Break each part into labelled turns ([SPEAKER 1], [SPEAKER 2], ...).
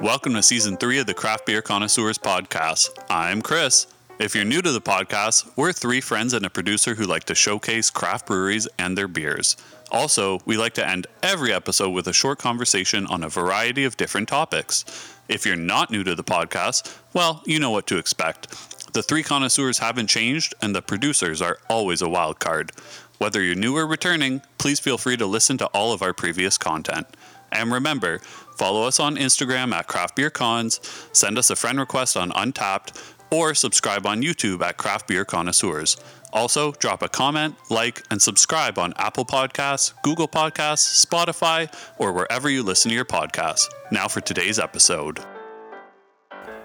[SPEAKER 1] Welcome to season three of the Craft Beer Connoisseurs podcast. I'm Chris. If you're new to the podcast, we're three friends and a producer who like to showcase craft breweries and their beers. Also, we like to end every episode with a short conversation on a variety of different topics. If you're not new to the podcast, well, you know what to expect. The three connoisseurs haven't changed, and the producers are always a wild card. Whether you're new or returning, please feel free to listen to all of our previous content. And remember, follow us on Instagram at Craft Beer Cons, send us a friend request on Untapped, or subscribe on YouTube at Craft Beer Connoisseurs. Also, drop a comment, like, and subscribe on Apple Podcasts, Google Podcasts, Spotify, or wherever you listen to your podcasts. Now for today's episode.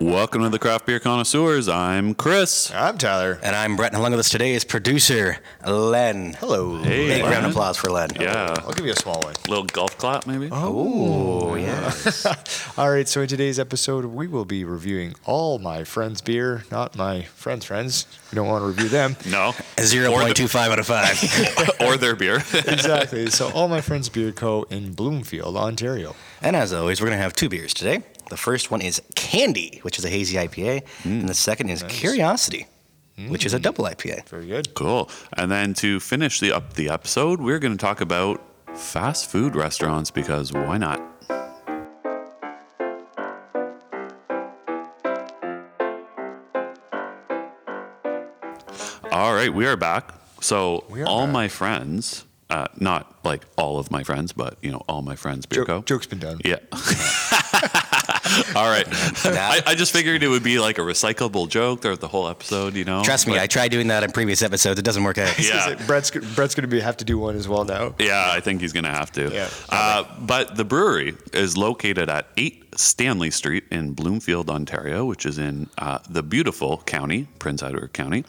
[SPEAKER 1] Welcome to the Craft Beer Connoisseurs. I'm Chris.
[SPEAKER 2] I'm Tyler.
[SPEAKER 3] And I'm Brett, and along with us today is producer Len.
[SPEAKER 2] Hello.
[SPEAKER 1] Hey,
[SPEAKER 3] Big round
[SPEAKER 1] Len.
[SPEAKER 3] of applause for Len.
[SPEAKER 1] Yeah.
[SPEAKER 2] I'll give you a small one.
[SPEAKER 1] Little golf clap, maybe?
[SPEAKER 3] Oh, yeah.
[SPEAKER 2] All right, so in today's episode, we will be reviewing all my friends' beer, not my friends' friends. We don't want to review them.
[SPEAKER 1] No.
[SPEAKER 3] A 0.25 out of 5.
[SPEAKER 1] or their beer.
[SPEAKER 2] exactly. So, all my friends' beer co in Bloomfield, Ontario.
[SPEAKER 3] and as always, we're going to have two beers today. The first one is Candy, which is a hazy IPA, and the second is Curiosity, which is a double IPA.
[SPEAKER 1] Oh,
[SPEAKER 2] Very good.
[SPEAKER 1] Cool. And then to finish the up the episode, we're going to talk about fast food restaurants because why not? All right, we are back. So
[SPEAKER 2] We are
[SPEAKER 1] all
[SPEAKER 2] back.
[SPEAKER 1] my friends, uh, not like all of my friends, but you know, all my friends, Beer Co.
[SPEAKER 2] Joke, joke's been done.
[SPEAKER 1] Yeah. all right. I, I just figured it would be like a recyclable joke throughout the whole episode, you know.
[SPEAKER 3] Trust me,
[SPEAKER 1] But-
[SPEAKER 3] I tried doing that in previous episodes. It doesn't work out.
[SPEAKER 1] Yeah.
[SPEAKER 2] It's like Brett's, Brett's going to be have to do one as well now.
[SPEAKER 1] Yeah, I think he's going to have to.
[SPEAKER 2] Yeah,
[SPEAKER 1] uh, but the brewery is located at 8 Stanley Street in Bloomfield, Ontario, which is in uh, the beautiful county, Prince Edward County.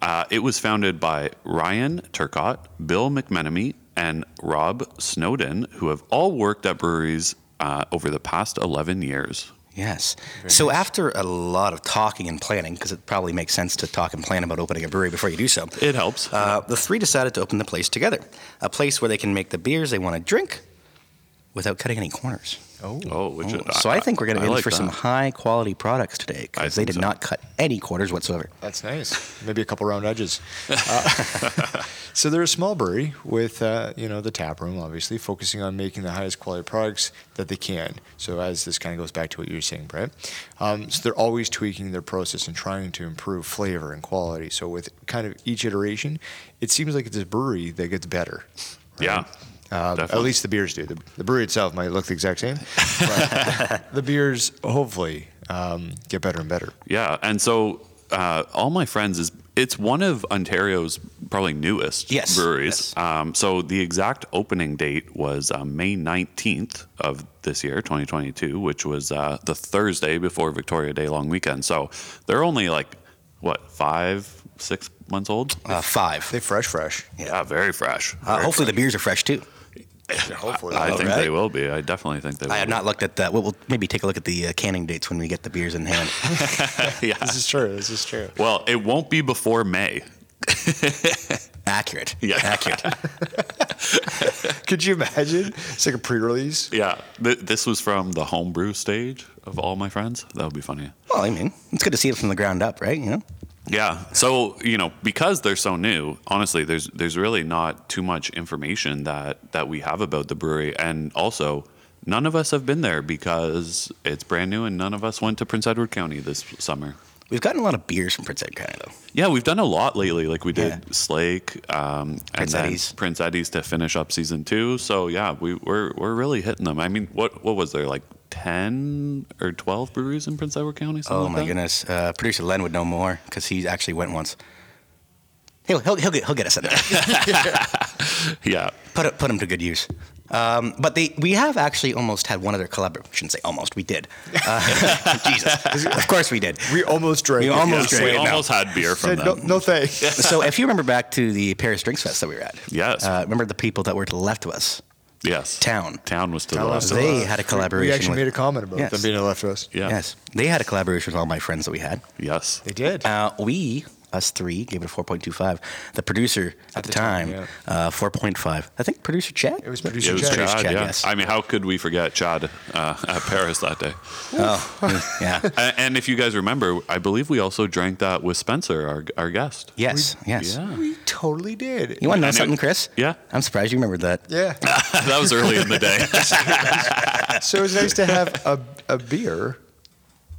[SPEAKER 1] Uh, it was founded by Ryan Turcott, Bill McMenemy, and Rob Snowden, who have all worked at breweries uh, over the past 11 years.
[SPEAKER 3] Yes. so after a lot of talking and planning, because it probably makes sense to talk and plan about opening a brewery before you do so,
[SPEAKER 1] It helps.
[SPEAKER 3] uh, the three decided to open the place together. A place where they can make the beers they want to drink without cutting any corners.
[SPEAKER 1] oh, which is-
[SPEAKER 3] So I think we're going to
[SPEAKER 1] I
[SPEAKER 3] be in
[SPEAKER 1] like
[SPEAKER 3] for some
[SPEAKER 1] that.
[SPEAKER 3] high quality products
[SPEAKER 1] I
[SPEAKER 3] today because they
[SPEAKER 1] think
[SPEAKER 3] did
[SPEAKER 1] so.
[SPEAKER 3] not cut any corners whatsoever.
[SPEAKER 2] That's nice. Maybe a couple round edges. Uh, so they're a small brewery with, uh, you know, the tap room, obviously, focusing on making the highest quality products that they can. So as this kind of goes back to what you were saying, Brett, um, so they're always tweaking their process and trying to improve flavor and quality. So with kind of each iteration, it seems like it's a brewery that gets better.
[SPEAKER 1] Yeah.
[SPEAKER 2] Um, at
[SPEAKER 1] Definitely.
[SPEAKER 2] least the beers do. The, the brewery itself might look the exact same, but the beers hopefully um, get better and better.
[SPEAKER 1] Yeah, and so uh, all my friends is it's one of Ontario's probably newest
[SPEAKER 3] Yes,
[SPEAKER 1] breweries.
[SPEAKER 3] yes.
[SPEAKER 1] Um, so the exact opening date was uh, May nineteenth of this year, twenty twenty two, which was uh, the Thursday before Victoria Day long weekend. So they're only like what five, six months old.
[SPEAKER 3] Uh, five.
[SPEAKER 2] They fresh, fresh.
[SPEAKER 1] Yeah, very fresh.
[SPEAKER 3] Uh, hopefully the beers are fresh too.
[SPEAKER 2] Hopefully,
[SPEAKER 1] I
[SPEAKER 3] all
[SPEAKER 1] think
[SPEAKER 3] right.
[SPEAKER 1] they will be. I definitely think they will.
[SPEAKER 3] I have
[SPEAKER 1] be.
[SPEAKER 3] not looked at that. We'll, we'll maybe take a look at the uh, canning dates when we get the beers in hand.
[SPEAKER 1] yeah.
[SPEAKER 2] This is true. This is true.
[SPEAKER 1] Well, it won't be before May.
[SPEAKER 3] Accurate.
[SPEAKER 1] Yeah.
[SPEAKER 3] Accurate.
[SPEAKER 2] Could you imagine? It's like a pre-release.
[SPEAKER 1] Yeah, th- this was from the homebrew stage of all my friends. That would be funny.
[SPEAKER 3] well, I mean, it's good to see it from the ground up, right? You know?
[SPEAKER 1] Yeah. So you know, because they're so new, honestly, there's there's really not too much information that that we have about the brewery, and also none of us have been there because it's brand new, and none of us went to Prince Edward County this summer.
[SPEAKER 3] We've gotten a lot of beers from Prince Edward County though.
[SPEAKER 1] Yeah, we've done a lot lately. Like we did
[SPEAKER 3] Yeah.
[SPEAKER 1] Slake, um, and
[SPEAKER 3] Prince
[SPEAKER 1] then
[SPEAKER 3] Eddie's.
[SPEAKER 1] Prince Eddie's to finish up season two. So yeah, we we're we're really hitting them. I mean, what what was there like ten or twelve breweries in Prince Edward County? Something
[SPEAKER 3] Oh
[SPEAKER 1] like
[SPEAKER 3] my
[SPEAKER 1] that?
[SPEAKER 3] goodness. Uh, producer Len would know more because he actually went once. He'll, he'll, he'll, get, he'll get us in there.
[SPEAKER 1] Yeah.
[SPEAKER 3] put it, put them to good use. Um, but they, we have actually almost had one other collaboration. Shouldn't say almost. We did. Uh, Jesus, of course we did.
[SPEAKER 2] We almost drank.
[SPEAKER 3] We
[SPEAKER 2] it.
[SPEAKER 3] almost
[SPEAKER 1] Yeah,
[SPEAKER 3] drank
[SPEAKER 1] we
[SPEAKER 3] it now.
[SPEAKER 1] almost had beer from
[SPEAKER 2] Said,
[SPEAKER 1] them.
[SPEAKER 2] no, no thanks.
[SPEAKER 3] So if you remember back to the Paris Drinks Fest that we were at,
[SPEAKER 1] Yes.
[SPEAKER 3] uh, remember the people that were to the left of us,
[SPEAKER 1] Yes.
[SPEAKER 3] Town.
[SPEAKER 1] Town was to
[SPEAKER 2] Town
[SPEAKER 1] the
[SPEAKER 2] was
[SPEAKER 1] left. of
[SPEAKER 2] to the
[SPEAKER 1] us.
[SPEAKER 3] They
[SPEAKER 2] left.
[SPEAKER 3] had a
[SPEAKER 2] We
[SPEAKER 3] collaboration.
[SPEAKER 2] actually
[SPEAKER 3] with-
[SPEAKER 2] made a comment about
[SPEAKER 3] Yes.
[SPEAKER 2] them being left to us.
[SPEAKER 1] Yeah.
[SPEAKER 3] Yes, they had a collaboration with all my friends that we had.
[SPEAKER 1] Yes.
[SPEAKER 2] They did.
[SPEAKER 3] Uh, we us three gave it a 4.25. The producer at, the,
[SPEAKER 2] the time,
[SPEAKER 3] time,
[SPEAKER 2] yeah.
[SPEAKER 3] uh, 4.5. I think producer Chad.
[SPEAKER 2] It was
[SPEAKER 3] producer.
[SPEAKER 2] producer
[SPEAKER 1] it was
[SPEAKER 2] Chad.
[SPEAKER 1] Chad.
[SPEAKER 3] Chad,
[SPEAKER 1] yeah.
[SPEAKER 3] yes.
[SPEAKER 1] I mean, how could we forget Chad uh, at Paris that day?
[SPEAKER 3] Oh, yeah.
[SPEAKER 1] A- And if you guys remember, I believe we also drank that with Spencer, our our guest.
[SPEAKER 3] Yes, yes.
[SPEAKER 1] Yeah.
[SPEAKER 2] We totally did.
[SPEAKER 3] You want to know
[SPEAKER 1] I knew-
[SPEAKER 3] something, Chris?
[SPEAKER 1] Yeah.
[SPEAKER 3] I'm surprised you remembered that.
[SPEAKER 2] yeah.
[SPEAKER 1] that was early in the day.
[SPEAKER 2] so it was nice to have a, a beer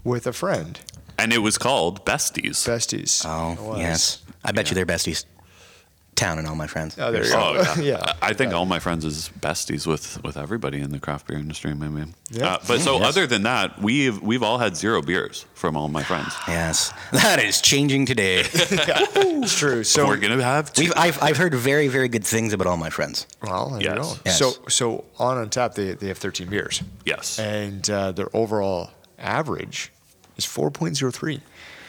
[SPEAKER 2] with a friend.
[SPEAKER 1] and it was called Besties.
[SPEAKER 2] Besties.
[SPEAKER 3] Oh,
[SPEAKER 2] It was.
[SPEAKER 3] yes. I bet you they're besties. Town and all my friends.
[SPEAKER 2] Oh, there you go.
[SPEAKER 1] Oh yeah.
[SPEAKER 2] Yeah.
[SPEAKER 1] I I think all my friends is besties with with everybody in the craft beer industry. I mean,
[SPEAKER 2] Yeah.
[SPEAKER 1] uh, but so
[SPEAKER 3] yes.
[SPEAKER 1] other than that, we've we've all had zero beers from all my friends.
[SPEAKER 3] Yes. That is changing today.
[SPEAKER 2] It's true.
[SPEAKER 1] So
[SPEAKER 2] So
[SPEAKER 1] we're gonna have two.
[SPEAKER 3] We've, I've, I've heard very, very good things about all my friends.
[SPEAKER 2] Well, there you
[SPEAKER 1] Yes.
[SPEAKER 2] go.
[SPEAKER 3] Yes.
[SPEAKER 2] So, so on on tap, they, they have 13 beers,
[SPEAKER 1] yes.
[SPEAKER 2] and uh, their overall average is 4.03.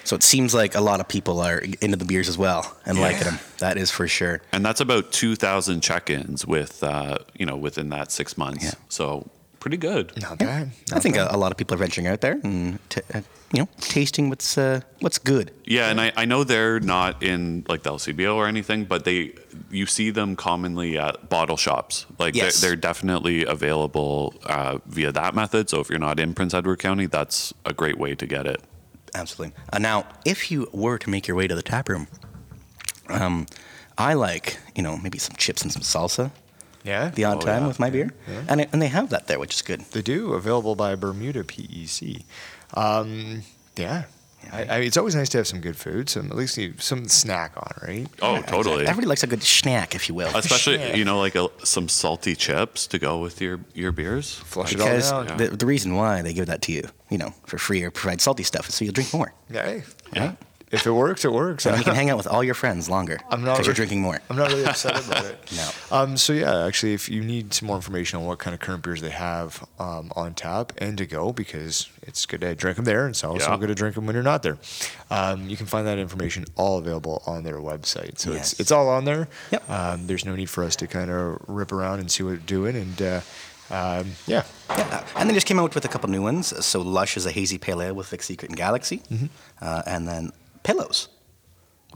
[SPEAKER 3] So it seems like a lot of people are into the beers as well and liking them. That is for sure.
[SPEAKER 1] and that's about 2000 check-ins with uh, you know within that six months so pretty good
[SPEAKER 2] Not bad.
[SPEAKER 3] I think a, a lot of people are venturing out there and t- uh, you know tasting what's uh, what's good.
[SPEAKER 1] yeah and I, I know they're not in like the lcbo or anything but they you see them commonly at bottle shops like
[SPEAKER 3] Yes.
[SPEAKER 1] they're, they're definitely available uh, via that method so if you're not in prince edward county that's a great way to get it
[SPEAKER 3] Absolutely. Uh, now, if you were to make your way to the tap room, um, I like you know maybe some chips and some salsa
[SPEAKER 2] Yeah,
[SPEAKER 3] the odd
[SPEAKER 1] Oh,
[SPEAKER 3] time
[SPEAKER 1] yeah.
[SPEAKER 3] with my beer,
[SPEAKER 2] Yeah.
[SPEAKER 3] and it, and they have that there, which is good.
[SPEAKER 2] they do available by Bermuda PEC. Um, yeah, I, I, it's always nice to have some good food, some at least you- some snack on, right?
[SPEAKER 1] oh totally
[SPEAKER 3] Everybody likes a good snack, if you will.
[SPEAKER 1] especially
[SPEAKER 2] Shit.
[SPEAKER 1] you know like a, some salty chips to go with your your beers
[SPEAKER 2] Flush
[SPEAKER 3] because
[SPEAKER 2] it all down.
[SPEAKER 3] the, the reason why they give that to you, you know, for free or provide salty stuff is so you'll drink more.
[SPEAKER 2] Yeah, hey,
[SPEAKER 1] yeah
[SPEAKER 2] if it works, it works.
[SPEAKER 3] And you can hang out with all your friends longer
[SPEAKER 2] I'm not
[SPEAKER 3] because you're
[SPEAKER 2] really-
[SPEAKER 3] drinking more.
[SPEAKER 2] I'm not really upset about it.
[SPEAKER 3] No.
[SPEAKER 2] Um, so yeah, actually, if you need some more information on what kind of current beers they have um, on tap and to go, because it's good to drink them there, and it's also
[SPEAKER 1] Yeah.
[SPEAKER 2] good to drink them when you're not there. Um, you can find that information all available on their website. So
[SPEAKER 3] Yes.
[SPEAKER 2] it's it's all on there.
[SPEAKER 3] Yep.
[SPEAKER 2] Um, there's no need for us to kind of rip around and see what they're doing, and uh, um, yeah,
[SPEAKER 3] Yeah, and they just came out with a couple new ones. So Lush is a hazy pale ale with Vic Secret and Galaxy,
[SPEAKER 2] Mm-hmm.
[SPEAKER 3] uh, and then Pillows,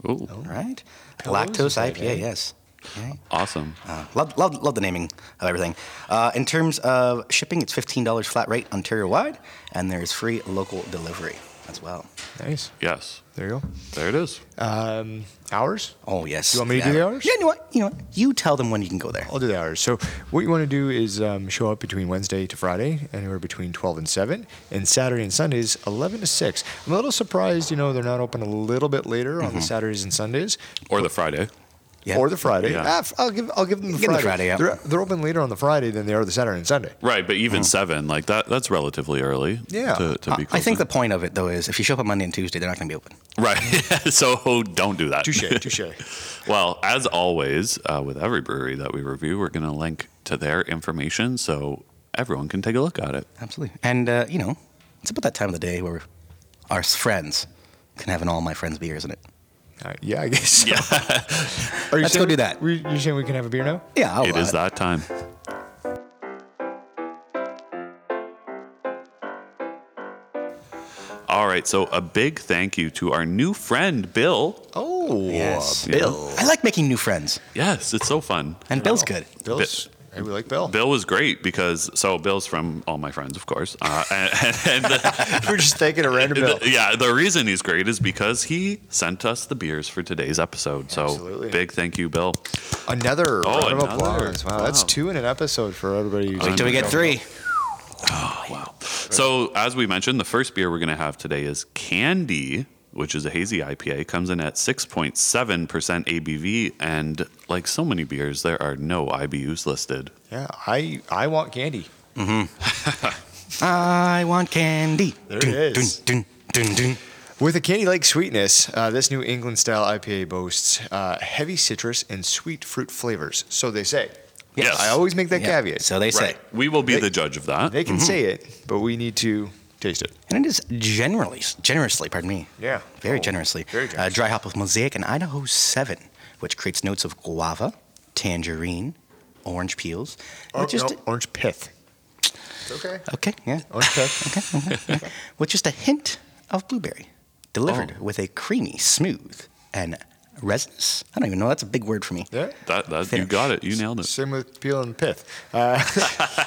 [SPEAKER 1] Ooh,
[SPEAKER 3] right?
[SPEAKER 2] Pillows
[SPEAKER 3] Lactose
[SPEAKER 2] is that
[SPEAKER 3] IPA,
[SPEAKER 2] it?
[SPEAKER 3] yes. Okay.
[SPEAKER 1] awesome
[SPEAKER 3] Uh, love, love, love the naming of everything. Uh, in terms of shipping, it's fifteen dollars flat rate Ontario wide, and there's free local delivery as well.
[SPEAKER 2] nice.
[SPEAKER 1] yes
[SPEAKER 2] There you go.
[SPEAKER 1] there it is
[SPEAKER 2] Um, hours.
[SPEAKER 3] Oh yes.
[SPEAKER 2] You want me to do the hours?
[SPEAKER 3] Yeah, you know what? You know what? You tell them when you can go there.
[SPEAKER 2] I'll do the hours. So what you want to do is um, show up between Wednesday to Friday, anywhere between 12 and 7, and Saturday and Sundays, 11 to 6. I'm a little surprised, you know, they're not open a little bit later on the Saturdays and Sundays
[SPEAKER 1] or the friday
[SPEAKER 3] Mm-hmm. Yeah.
[SPEAKER 2] or the Friday.
[SPEAKER 1] Yeah.
[SPEAKER 2] Ah, f- I'll, give, I'll give them the
[SPEAKER 3] Give them
[SPEAKER 2] Friday.
[SPEAKER 3] the Friday, yeah.
[SPEAKER 2] they're, they're open later on the Friday than they are the Saturday and Sunday.
[SPEAKER 1] Right, but even seven, like that, that's relatively early.
[SPEAKER 2] Hmm. Yeah.
[SPEAKER 1] To, to be
[SPEAKER 3] I- I think the
[SPEAKER 1] closing.
[SPEAKER 3] point of it though is if you show up on Monday and Tuesday, they're not going to be open.
[SPEAKER 1] Right. so don't do that.
[SPEAKER 2] Touche, touche.
[SPEAKER 1] Well, as always, uh, with every brewery that we review, we're going to link to their information so everyone can take a look at it.
[SPEAKER 3] Absolutely. And, uh, you know, it's about that time of the day where our s- friends can have an all my friends beer, isn't it?
[SPEAKER 2] Uh, yeah, I guess. Yeah. Are you
[SPEAKER 3] Let's go
[SPEAKER 2] saying-
[SPEAKER 3] do that.
[SPEAKER 2] we- you saying we can have a beer now?
[SPEAKER 3] Yeah, I'll
[SPEAKER 1] It is that time. All right. So a big thank you to our new friend, Bill.
[SPEAKER 2] Oh,
[SPEAKER 3] Yes.
[SPEAKER 1] Bill.
[SPEAKER 3] I like making new friends,
[SPEAKER 1] Yes, it's so fun.
[SPEAKER 3] and Bill's good.
[SPEAKER 2] Bill's. Hey, we like Bill.
[SPEAKER 1] Bill was great because so Bill's from all my friends, of course. Uh, and, and the,
[SPEAKER 2] We're just taking a random Bill.
[SPEAKER 1] yeah, the reason he's great is because he sent us the beers for today's episode. So
[SPEAKER 2] Absolutely.
[SPEAKER 1] big thank you, Bill.
[SPEAKER 2] Another
[SPEAKER 1] Oh,
[SPEAKER 2] round of
[SPEAKER 1] another.
[SPEAKER 2] applause. Wow, that's
[SPEAKER 1] Wow.
[SPEAKER 2] two in an episode for everybody. who's-
[SPEAKER 3] Wait till we get three.
[SPEAKER 1] So as we mentioned, the first beer we're going to have today is Candy, which is a hazy IPA. Comes in at six point seven percent ABV, and like so many beers, there are no IBUs listed.
[SPEAKER 2] Yeah, I I want candy.
[SPEAKER 3] Mm-hmm. I want candy.
[SPEAKER 2] There it is.
[SPEAKER 3] Dun, dun, dun, dun.
[SPEAKER 2] With a candy-like sweetness, uh, this New England style IPA boasts uh, heavy citrus and sweet fruit flavors. So they say.
[SPEAKER 1] Yes.
[SPEAKER 2] I always make that
[SPEAKER 3] Yeah,
[SPEAKER 2] caveat.
[SPEAKER 3] So they say.
[SPEAKER 1] We will be
[SPEAKER 2] They-
[SPEAKER 1] the judge of that.
[SPEAKER 2] they can say it, but we need to taste it.
[SPEAKER 3] And it is generally, generously, pardon me.
[SPEAKER 2] Yeah.
[SPEAKER 3] Very
[SPEAKER 2] Oh,
[SPEAKER 3] generously.
[SPEAKER 2] very
[SPEAKER 3] Uh,
[SPEAKER 2] generous.
[SPEAKER 3] dry hop with mosaic and Idaho 7, which creates notes of guava, tangerine, orange peels.
[SPEAKER 2] Or-
[SPEAKER 3] which is
[SPEAKER 2] Oh, no,
[SPEAKER 3] t-
[SPEAKER 2] orange pith. It's okay.
[SPEAKER 3] okay, yeah.
[SPEAKER 2] Orange pith. Oh.
[SPEAKER 3] with just a hint of blueberry, delivered with a creamy, smooth and resinous. I don't even know. That's a big word for me.
[SPEAKER 2] Yeah.
[SPEAKER 1] That, that you
[SPEAKER 3] Finish.
[SPEAKER 1] got it. You nailed it.
[SPEAKER 2] Same with Peel and Pith. Uh,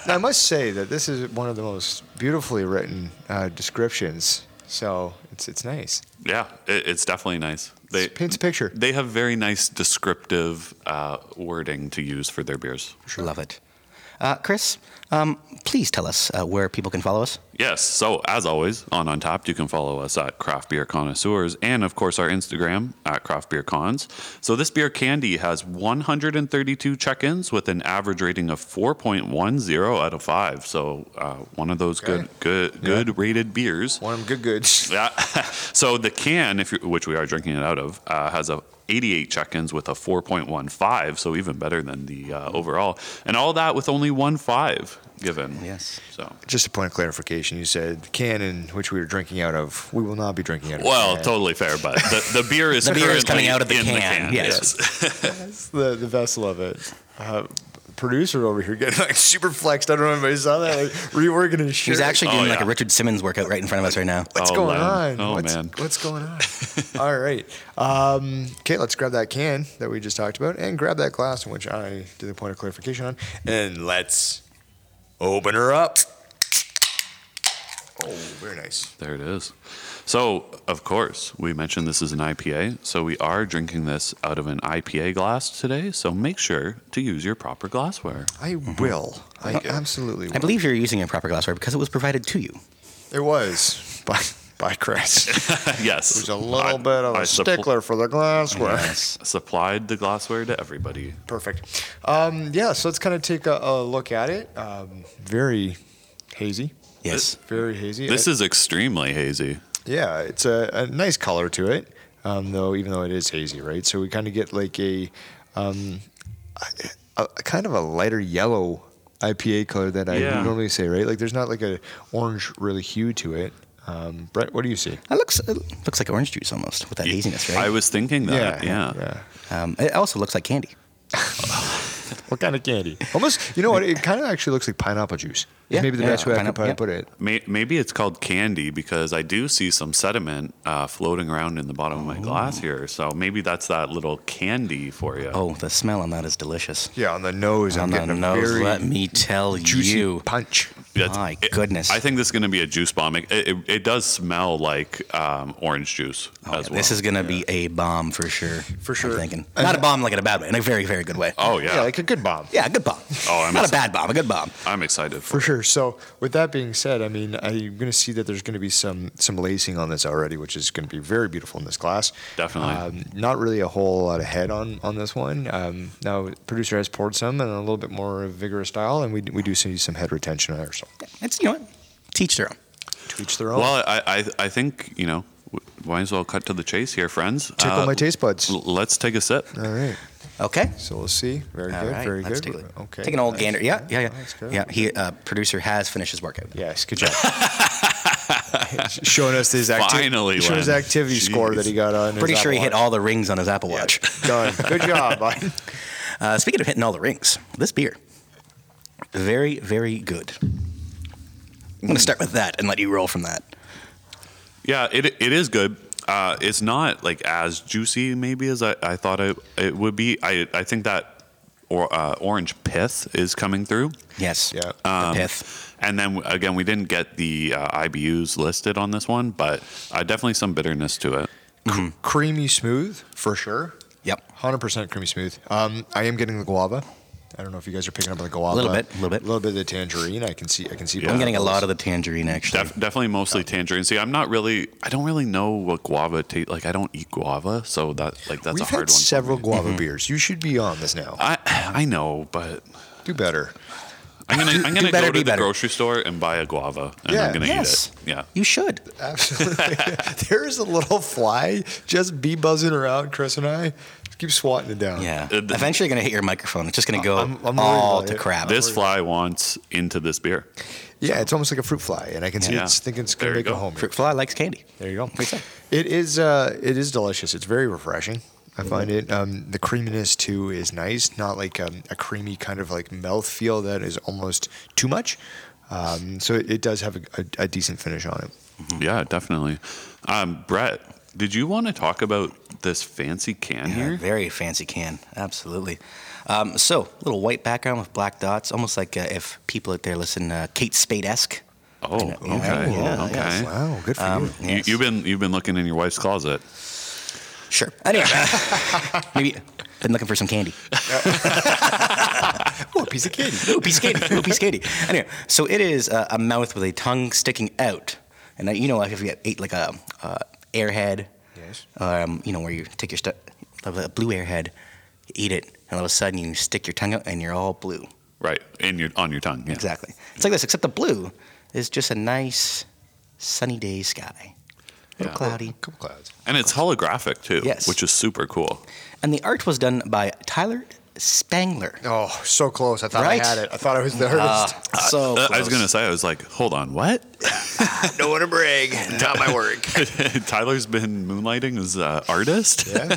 [SPEAKER 2] I must say that this is one of the most beautifully written uh, descriptions. So it's it's nice.
[SPEAKER 1] Yeah, it, it's definitely nice. They
[SPEAKER 2] It paints a picture.
[SPEAKER 1] they have very nice descriptive uh, wording to use for their beers.
[SPEAKER 3] Love it. Uh, Chris, um, please tell us uh, where people can follow us.
[SPEAKER 1] Yes. So as always on Untapped, you can follow us at Craft Beer Connoisseurs and of course our Instagram at Craft Beer Cons. So this beer candy has 132 check-ins with an average rating of 4.10 out of five. So uh, one of those
[SPEAKER 2] Okay.
[SPEAKER 1] good, good, good rated beers.
[SPEAKER 2] One of them good goods.
[SPEAKER 1] Yeah. so the can, if you which we are drinking it out of, uh, has a 88 check-ins with a 4.15, so even better than the uh, overall, and all that with only one five given.
[SPEAKER 3] Yes.
[SPEAKER 1] So.
[SPEAKER 2] Just a point of clarification. You said the can in which we were drinking out of, we will not be drinking out of.
[SPEAKER 1] Well,
[SPEAKER 2] Can.
[SPEAKER 1] totally fair, but the, the beer is
[SPEAKER 3] The beer is
[SPEAKER 1] currently
[SPEAKER 3] coming out of the
[SPEAKER 1] in
[SPEAKER 3] can, yes.
[SPEAKER 2] That's the, the vessel of it. Uh, producer over here getting like super flexed. I don't know if anybody saw that. Like reworking his shirt.
[SPEAKER 3] He's actually
[SPEAKER 1] Oh,
[SPEAKER 3] doing like
[SPEAKER 1] yeah.
[SPEAKER 3] a Richard Simmons workout right in front of us right now.
[SPEAKER 2] What's
[SPEAKER 1] Oh,
[SPEAKER 2] going
[SPEAKER 1] man.
[SPEAKER 2] on?
[SPEAKER 1] Oh,
[SPEAKER 2] what's,
[SPEAKER 1] man.
[SPEAKER 2] What's going on? All right. Um, okay, let's grab that can that we just talked about and grab that glass, which I did the point of clarification on. And let's open her up. Oh, very nice.
[SPEAKER 1] There it is. So, of course, we mentioned this is an IPA, so we are drinking this out of an IPA glass today. So make sure to use your proper glassware.
[SPEAKER 2] I
[SPEAKER 1] Mm-hmm.
[SPEAKER 2] will. I absolutely will.
[SPEAKER 3] I believe you're using improper glassware because it was provided to you.
[SPEAKER 2] Uh, it was by, by Chris.
[SPEAKER 1] yes,
[SPEAKER 2] There's a little bit of a
[SPEAKER 1] I suppl-
[SPEAKER 2] stickler for the glassware.
[SPEAKER 1] supplied the glassware to everybody.
[SPEAKER 2] Perfect. Um, yeah, so let's kind of take a, a look at it. Um, very hazy.
[SPEAKER 3] Yes.
[SPEAKER 2] Very hazy. Uh,
[SPEAKER 1] This is extremely hazy.
[SPEAKER 2] Yeah, it's a, a nice color to it, um, though, even though it is hazy, right? So we kind of get like a, um, a, a kind of a lighter yellow IPA color that I would
[SPEAKER 1] Yeah.
[SPEAKER 2] normally say, right? Like there's not like a orange really hue to it. Um, Brett, what do you see?
[SPEAKER 3] It looks it looks like orange juice almost with that haziness, right?
[SPEAKER 1] I was thinking that. Yeah.
[SPEAKER 3] um, it also looks like candy.
[SPEAKER 2] What kind of candy? Almost, you know what? It kind of actually looks like pineapple juice. Yeah,
[SPEAKER 3] Yeah,
[SPEAKER 2] maybe the
[SPEAKER 3] yeah,
[SPEAKER 2] best way I could
[SPEAKER 3] pineapple,
[SPEAKER 2] probably
[SPEAKER 3] yeah.
[SPEAKER 2] put it.
[SPEAKER 1] May- Maybe it's called candy because I do see some sediment uh, floating around in the bottom of my glass here. So maybe that's that little candy for you.
[SPEAKER 3] Oh, the smell on that is delicious.
[SPEAKER 2] Yeah, on the nose,
[SPEAKER 3] On
[SPEAKER 2] I'm
[SPEAKER 3] the
[SPEAKER 2] getting a
[SPEAKER 3] nose,
[SPEAKER 2] very
[SPEAKER 3] let me tell
[SPEAKER 2] juicy
[SPEAKER 3] you.
[SPEAKER 2] punch.
[SPEAKER 1] That's-
[SPEAKER 3] My goodness.
[SPEAKER 1] I think this is going to be a juice bomb. It, it, it does smell like um, orange juice
[SPEAKER 3] Oh,
[SPEAKER 1] as
[SPEAKER 3] yeah,
[SPEAKER 1] well.
[SPEAKER 3] This is gonna be a bomb for sure. For
[SPEAKER 2] sure.
[SPEAKER 3] I'm thinking not a bomb like in a bad way, in a very very good way.
[SPEAKER 1] oh yeah,
[SPEAKER 2] Yeah, like a good bomb.
[SPEAKER 3] Yeah, a good bomb.
[SPEAKER 1] Oh, I'm
[SPEAKER 3] not
[SPEAKER 1] excited.
[SPEAKER 3] a bad bomb, a good bomb.
[SPEAKER 1] I'm excited for,
[SPEAKER 2] For sure. So, with that being said, I mean, I'm going to see that there's going to be some some lacing on this already, which is going to be very beautiful in this glass.
[SPEAKER 1] Definitely.
[SPEAKER 2] Um, not really a whole lot of head on on this one. Um, now, producer has poured some and a little bit more of vigorous style, and we we do see some head retention there. So,
[SPEAKER 3] It's you know what? Teach their own.
[SPEAKER 2] to each their own.
[SPEAKER 1] Well, I, I I think you know, w- might as well cut to the chase here, friends.
[SPEAKER 2] Tickle
[SPEAKER 1] Uh,
[SPEAKER 2] my taste buds.
[SPEAKER 1] l- let's take a sip.
[SPEAKER 2] All right.
[SPEAKER 3] Okay.
[SPEAKER 2] So we'll see. Very
[SPEAKER 3] All
[SPEAKER 2] good.
[SPEAKER 3] right,
[SPEAKER 2] very
[SPEAKER 3] let's
[SPEAKER 2] good.
[SPEAKER 3] take a-
[SPEAKER 2] Okay.
[SPEAKER 3] Take an old
[SPEAKER 2] nice.
[SPEAKER 3] gander. Yeah, yeah, yeah.
[SPEAKER 2] Nice, good.
[SPEAKER 3] yeah, he uh, producer has finished his workout.
[SPEAKER 2] Yes. Good job. showing us his activity.
[SPEAKER 1] Finally,
[SPEAKER 2] showing his
[SPEAKER 1] Len.
[SPEAKER 2] activity score
[SPEAKER 1] Jeez.
[SPEAKER 2] that he got on. his
[SPEAKER 3] Pretty sure he
[SPEAKER 2] Apple
[SPEAKER 3] hit all the rings on his Apple
[SPEAKER 2] Watch.
[SPEAKER 3] Watch.
[SPEAKER 2] Done. Good job. bud.
[SPEAKER 3] Uh, speaking of hitting all the rings, this beer, very, very good. I'm going to start with that and let you roll from that.
[SPEAKER 1] Yeah, it it is good. Uh, it's not like as juicy maybe as I, I thought it it would be. I I think that or uh, orange pith is coming through.
[SPEAKER 3] Yes.
[SPEAKER 2] Yeah.
[SPEAKER 3] The
[SPEAKER 1] Um,
[SPEAKER 3] pith.
[SPEAKER 1] And then again, we didn't get the uh, IBUs listed on this one, but uh, definitely some bitterness to it.
[SPEAKER 2] creamy smooth for sure.
[SPEAKER 3] Yep.
[SPEAKER 2] Hundred percent creamy smooth. Um, I am getting the guava. I don't know if you guys are picking up on the guava.
[SPEAKER 3] Little bit, little bit.
[SPEAKER 2] A little bit of the tangerine. I can see. I can see.
[SPEAKER 1] Yeah.
[SPEAKER 3] I'm getting a lot of the tangerine, actually.
[SPEAKER 1] Def- definitely mostly tangerine. See, I'm not really, I don't really know what guava tastes like. I don't eat guava, so that like that's
[SPEAKER 2] We've
[SPEAKER 1] a hard
[SPEAKER 2] had
[SPEAKER 1] one. for
[SPEAKER 2] several
[SPEAKER 1] me. Mm-hmm.
[SPEAKER 2] guava beers. You should be on this now.
[SPEAKER 1] I I know, but
[SPEAKER 2] Do better.
[SPEAKER 1] I'm gonna I'm gonna
[SPEAKER 3] better,
[SPEAKER 1] go to
[SPEAKER 3] do
[SPEAKER 1] the
[SPEAKER 3] better.
[SPEAKER 1] grocery store and buy a guava and
[SPEAKER 2] Yeah.
[SPEAKER 1] I'm gonna
[SPEAKER 3] Yes.
[SPEAKER 1] eat it. Yeah.
[SPEAKER 3] You should.
[SPEAKER 2] Absolutely. There's a little fly just bee buzzing around. Chris and I keep swatting it down.
[SPEAKER 3] Yeah.
[SPEAKER 1] Uh, the-
[SPEAKER 3] Eventually, you're going to hit your microphone. It's just going to go
[SPEAKER 2] I'm- I'm worried
[SPEAKER 3] all
[SPEAKER 2] about
[SPEAKER 3] to
[SPEAKER 2] it.
[SPEAKER 3] crap.
[SPEAKER 1] This fly wants into this beer.
[SPEAKER 2] Yeah. It's almost like a fruit fly, and I can see
[SPEAKER 1] Yeah.
[SPEAKER 2] it's thinking it's gonna
[SPEAKER 1] There you
[SPEAKER 2] make
[SPEAKER 1] go.
[SPEAKER 2] a home.
[SPEAKER 3] Fruit fly likes candy.
[SPEAKER 2] There you go.
[SPEAKER 3] Pretty good.
[SPEAKER 2] It is. Uh, it is delicious. It's very refreshing. I find it. Um, the creaminess too is nice. Not like um, a creamy kind of like mouth feel that is almost too much. Um, so it, it does have a, a, a decent finish on it.
[SPEAKER 1] Yeah, definitely. Um, Brett, Did you want to talk about this fancy can
[SPEAKER 3] Yeah,
[SPEAKER 1] here?
[SPEAKER 3] very fancy can, absolutely. Um, so, little white background with black dots, almost like uh, if people out there listen uh, Kate Spade esque.
[SPEAKER 1] Oh, okay. Oh,
[SPEAKER 3] Yeah, yeah,
[SPEAKER 1] okay.
[SPEAKER 3] yes.
[SPEAKER 2] Wow, good for
[SPEAKER 3] Um,
[SPEAKER 2] you.
[SPEAKER 1] You, you've been you've been looking in your wife's closet.
[SPEAKER 3] Sure. Anyway, maybe been looking for some candy.
[SPEAKER 2] Oh, a piece of candy.
[SPEAKER 3] Ooh, piece of candy. Ooh, piece of candy. Anyway, so it is uh, a mouth with a tongue sticking out, and uh, you know, like if you ate like a uh, airhead,
[SPEAKER 2] Yes.
[SPEAKER 3] um, you know, where you take your stuff, a blue airhead, you eat it, and all of a sudden you stick your tongue out, and you're all blue.
[SPEAKER 1] Right. In your on your tongue. Yeah.
[SPEAKER 3] Exactly. It's like this, except the blue is just a nice sunny day sky. A little
[SPEAKER 1] Yeah.
[SPEAKER 3] cloudy.
[SPEAKER 2] couple clouds.
[SPEAKER 1] And it's holographic too,
[SPEAKER 3] Yes.
[SPEAKER 1] which is super cool.
[SPEAKER 3] And the art was done by Tyler Spangler.
[SPEAKER 2] Oh, so close. I thought
[SPEAKER 3] Right?
[SPEAKER 2] I had it. I thought I was the hardest.
[SPEAKER 3] so
[SPEAKER 1] Uh, I was
[SPEAKER 3] close.
[SPEAKER 1] gonna say, I was like, hold on, what?
[SPEAKER 2] Don't want to brag. Not my work.
[SPEAKER 1] Tyler's been moonlighting as an artist.
[SPEAKER 2] yeah.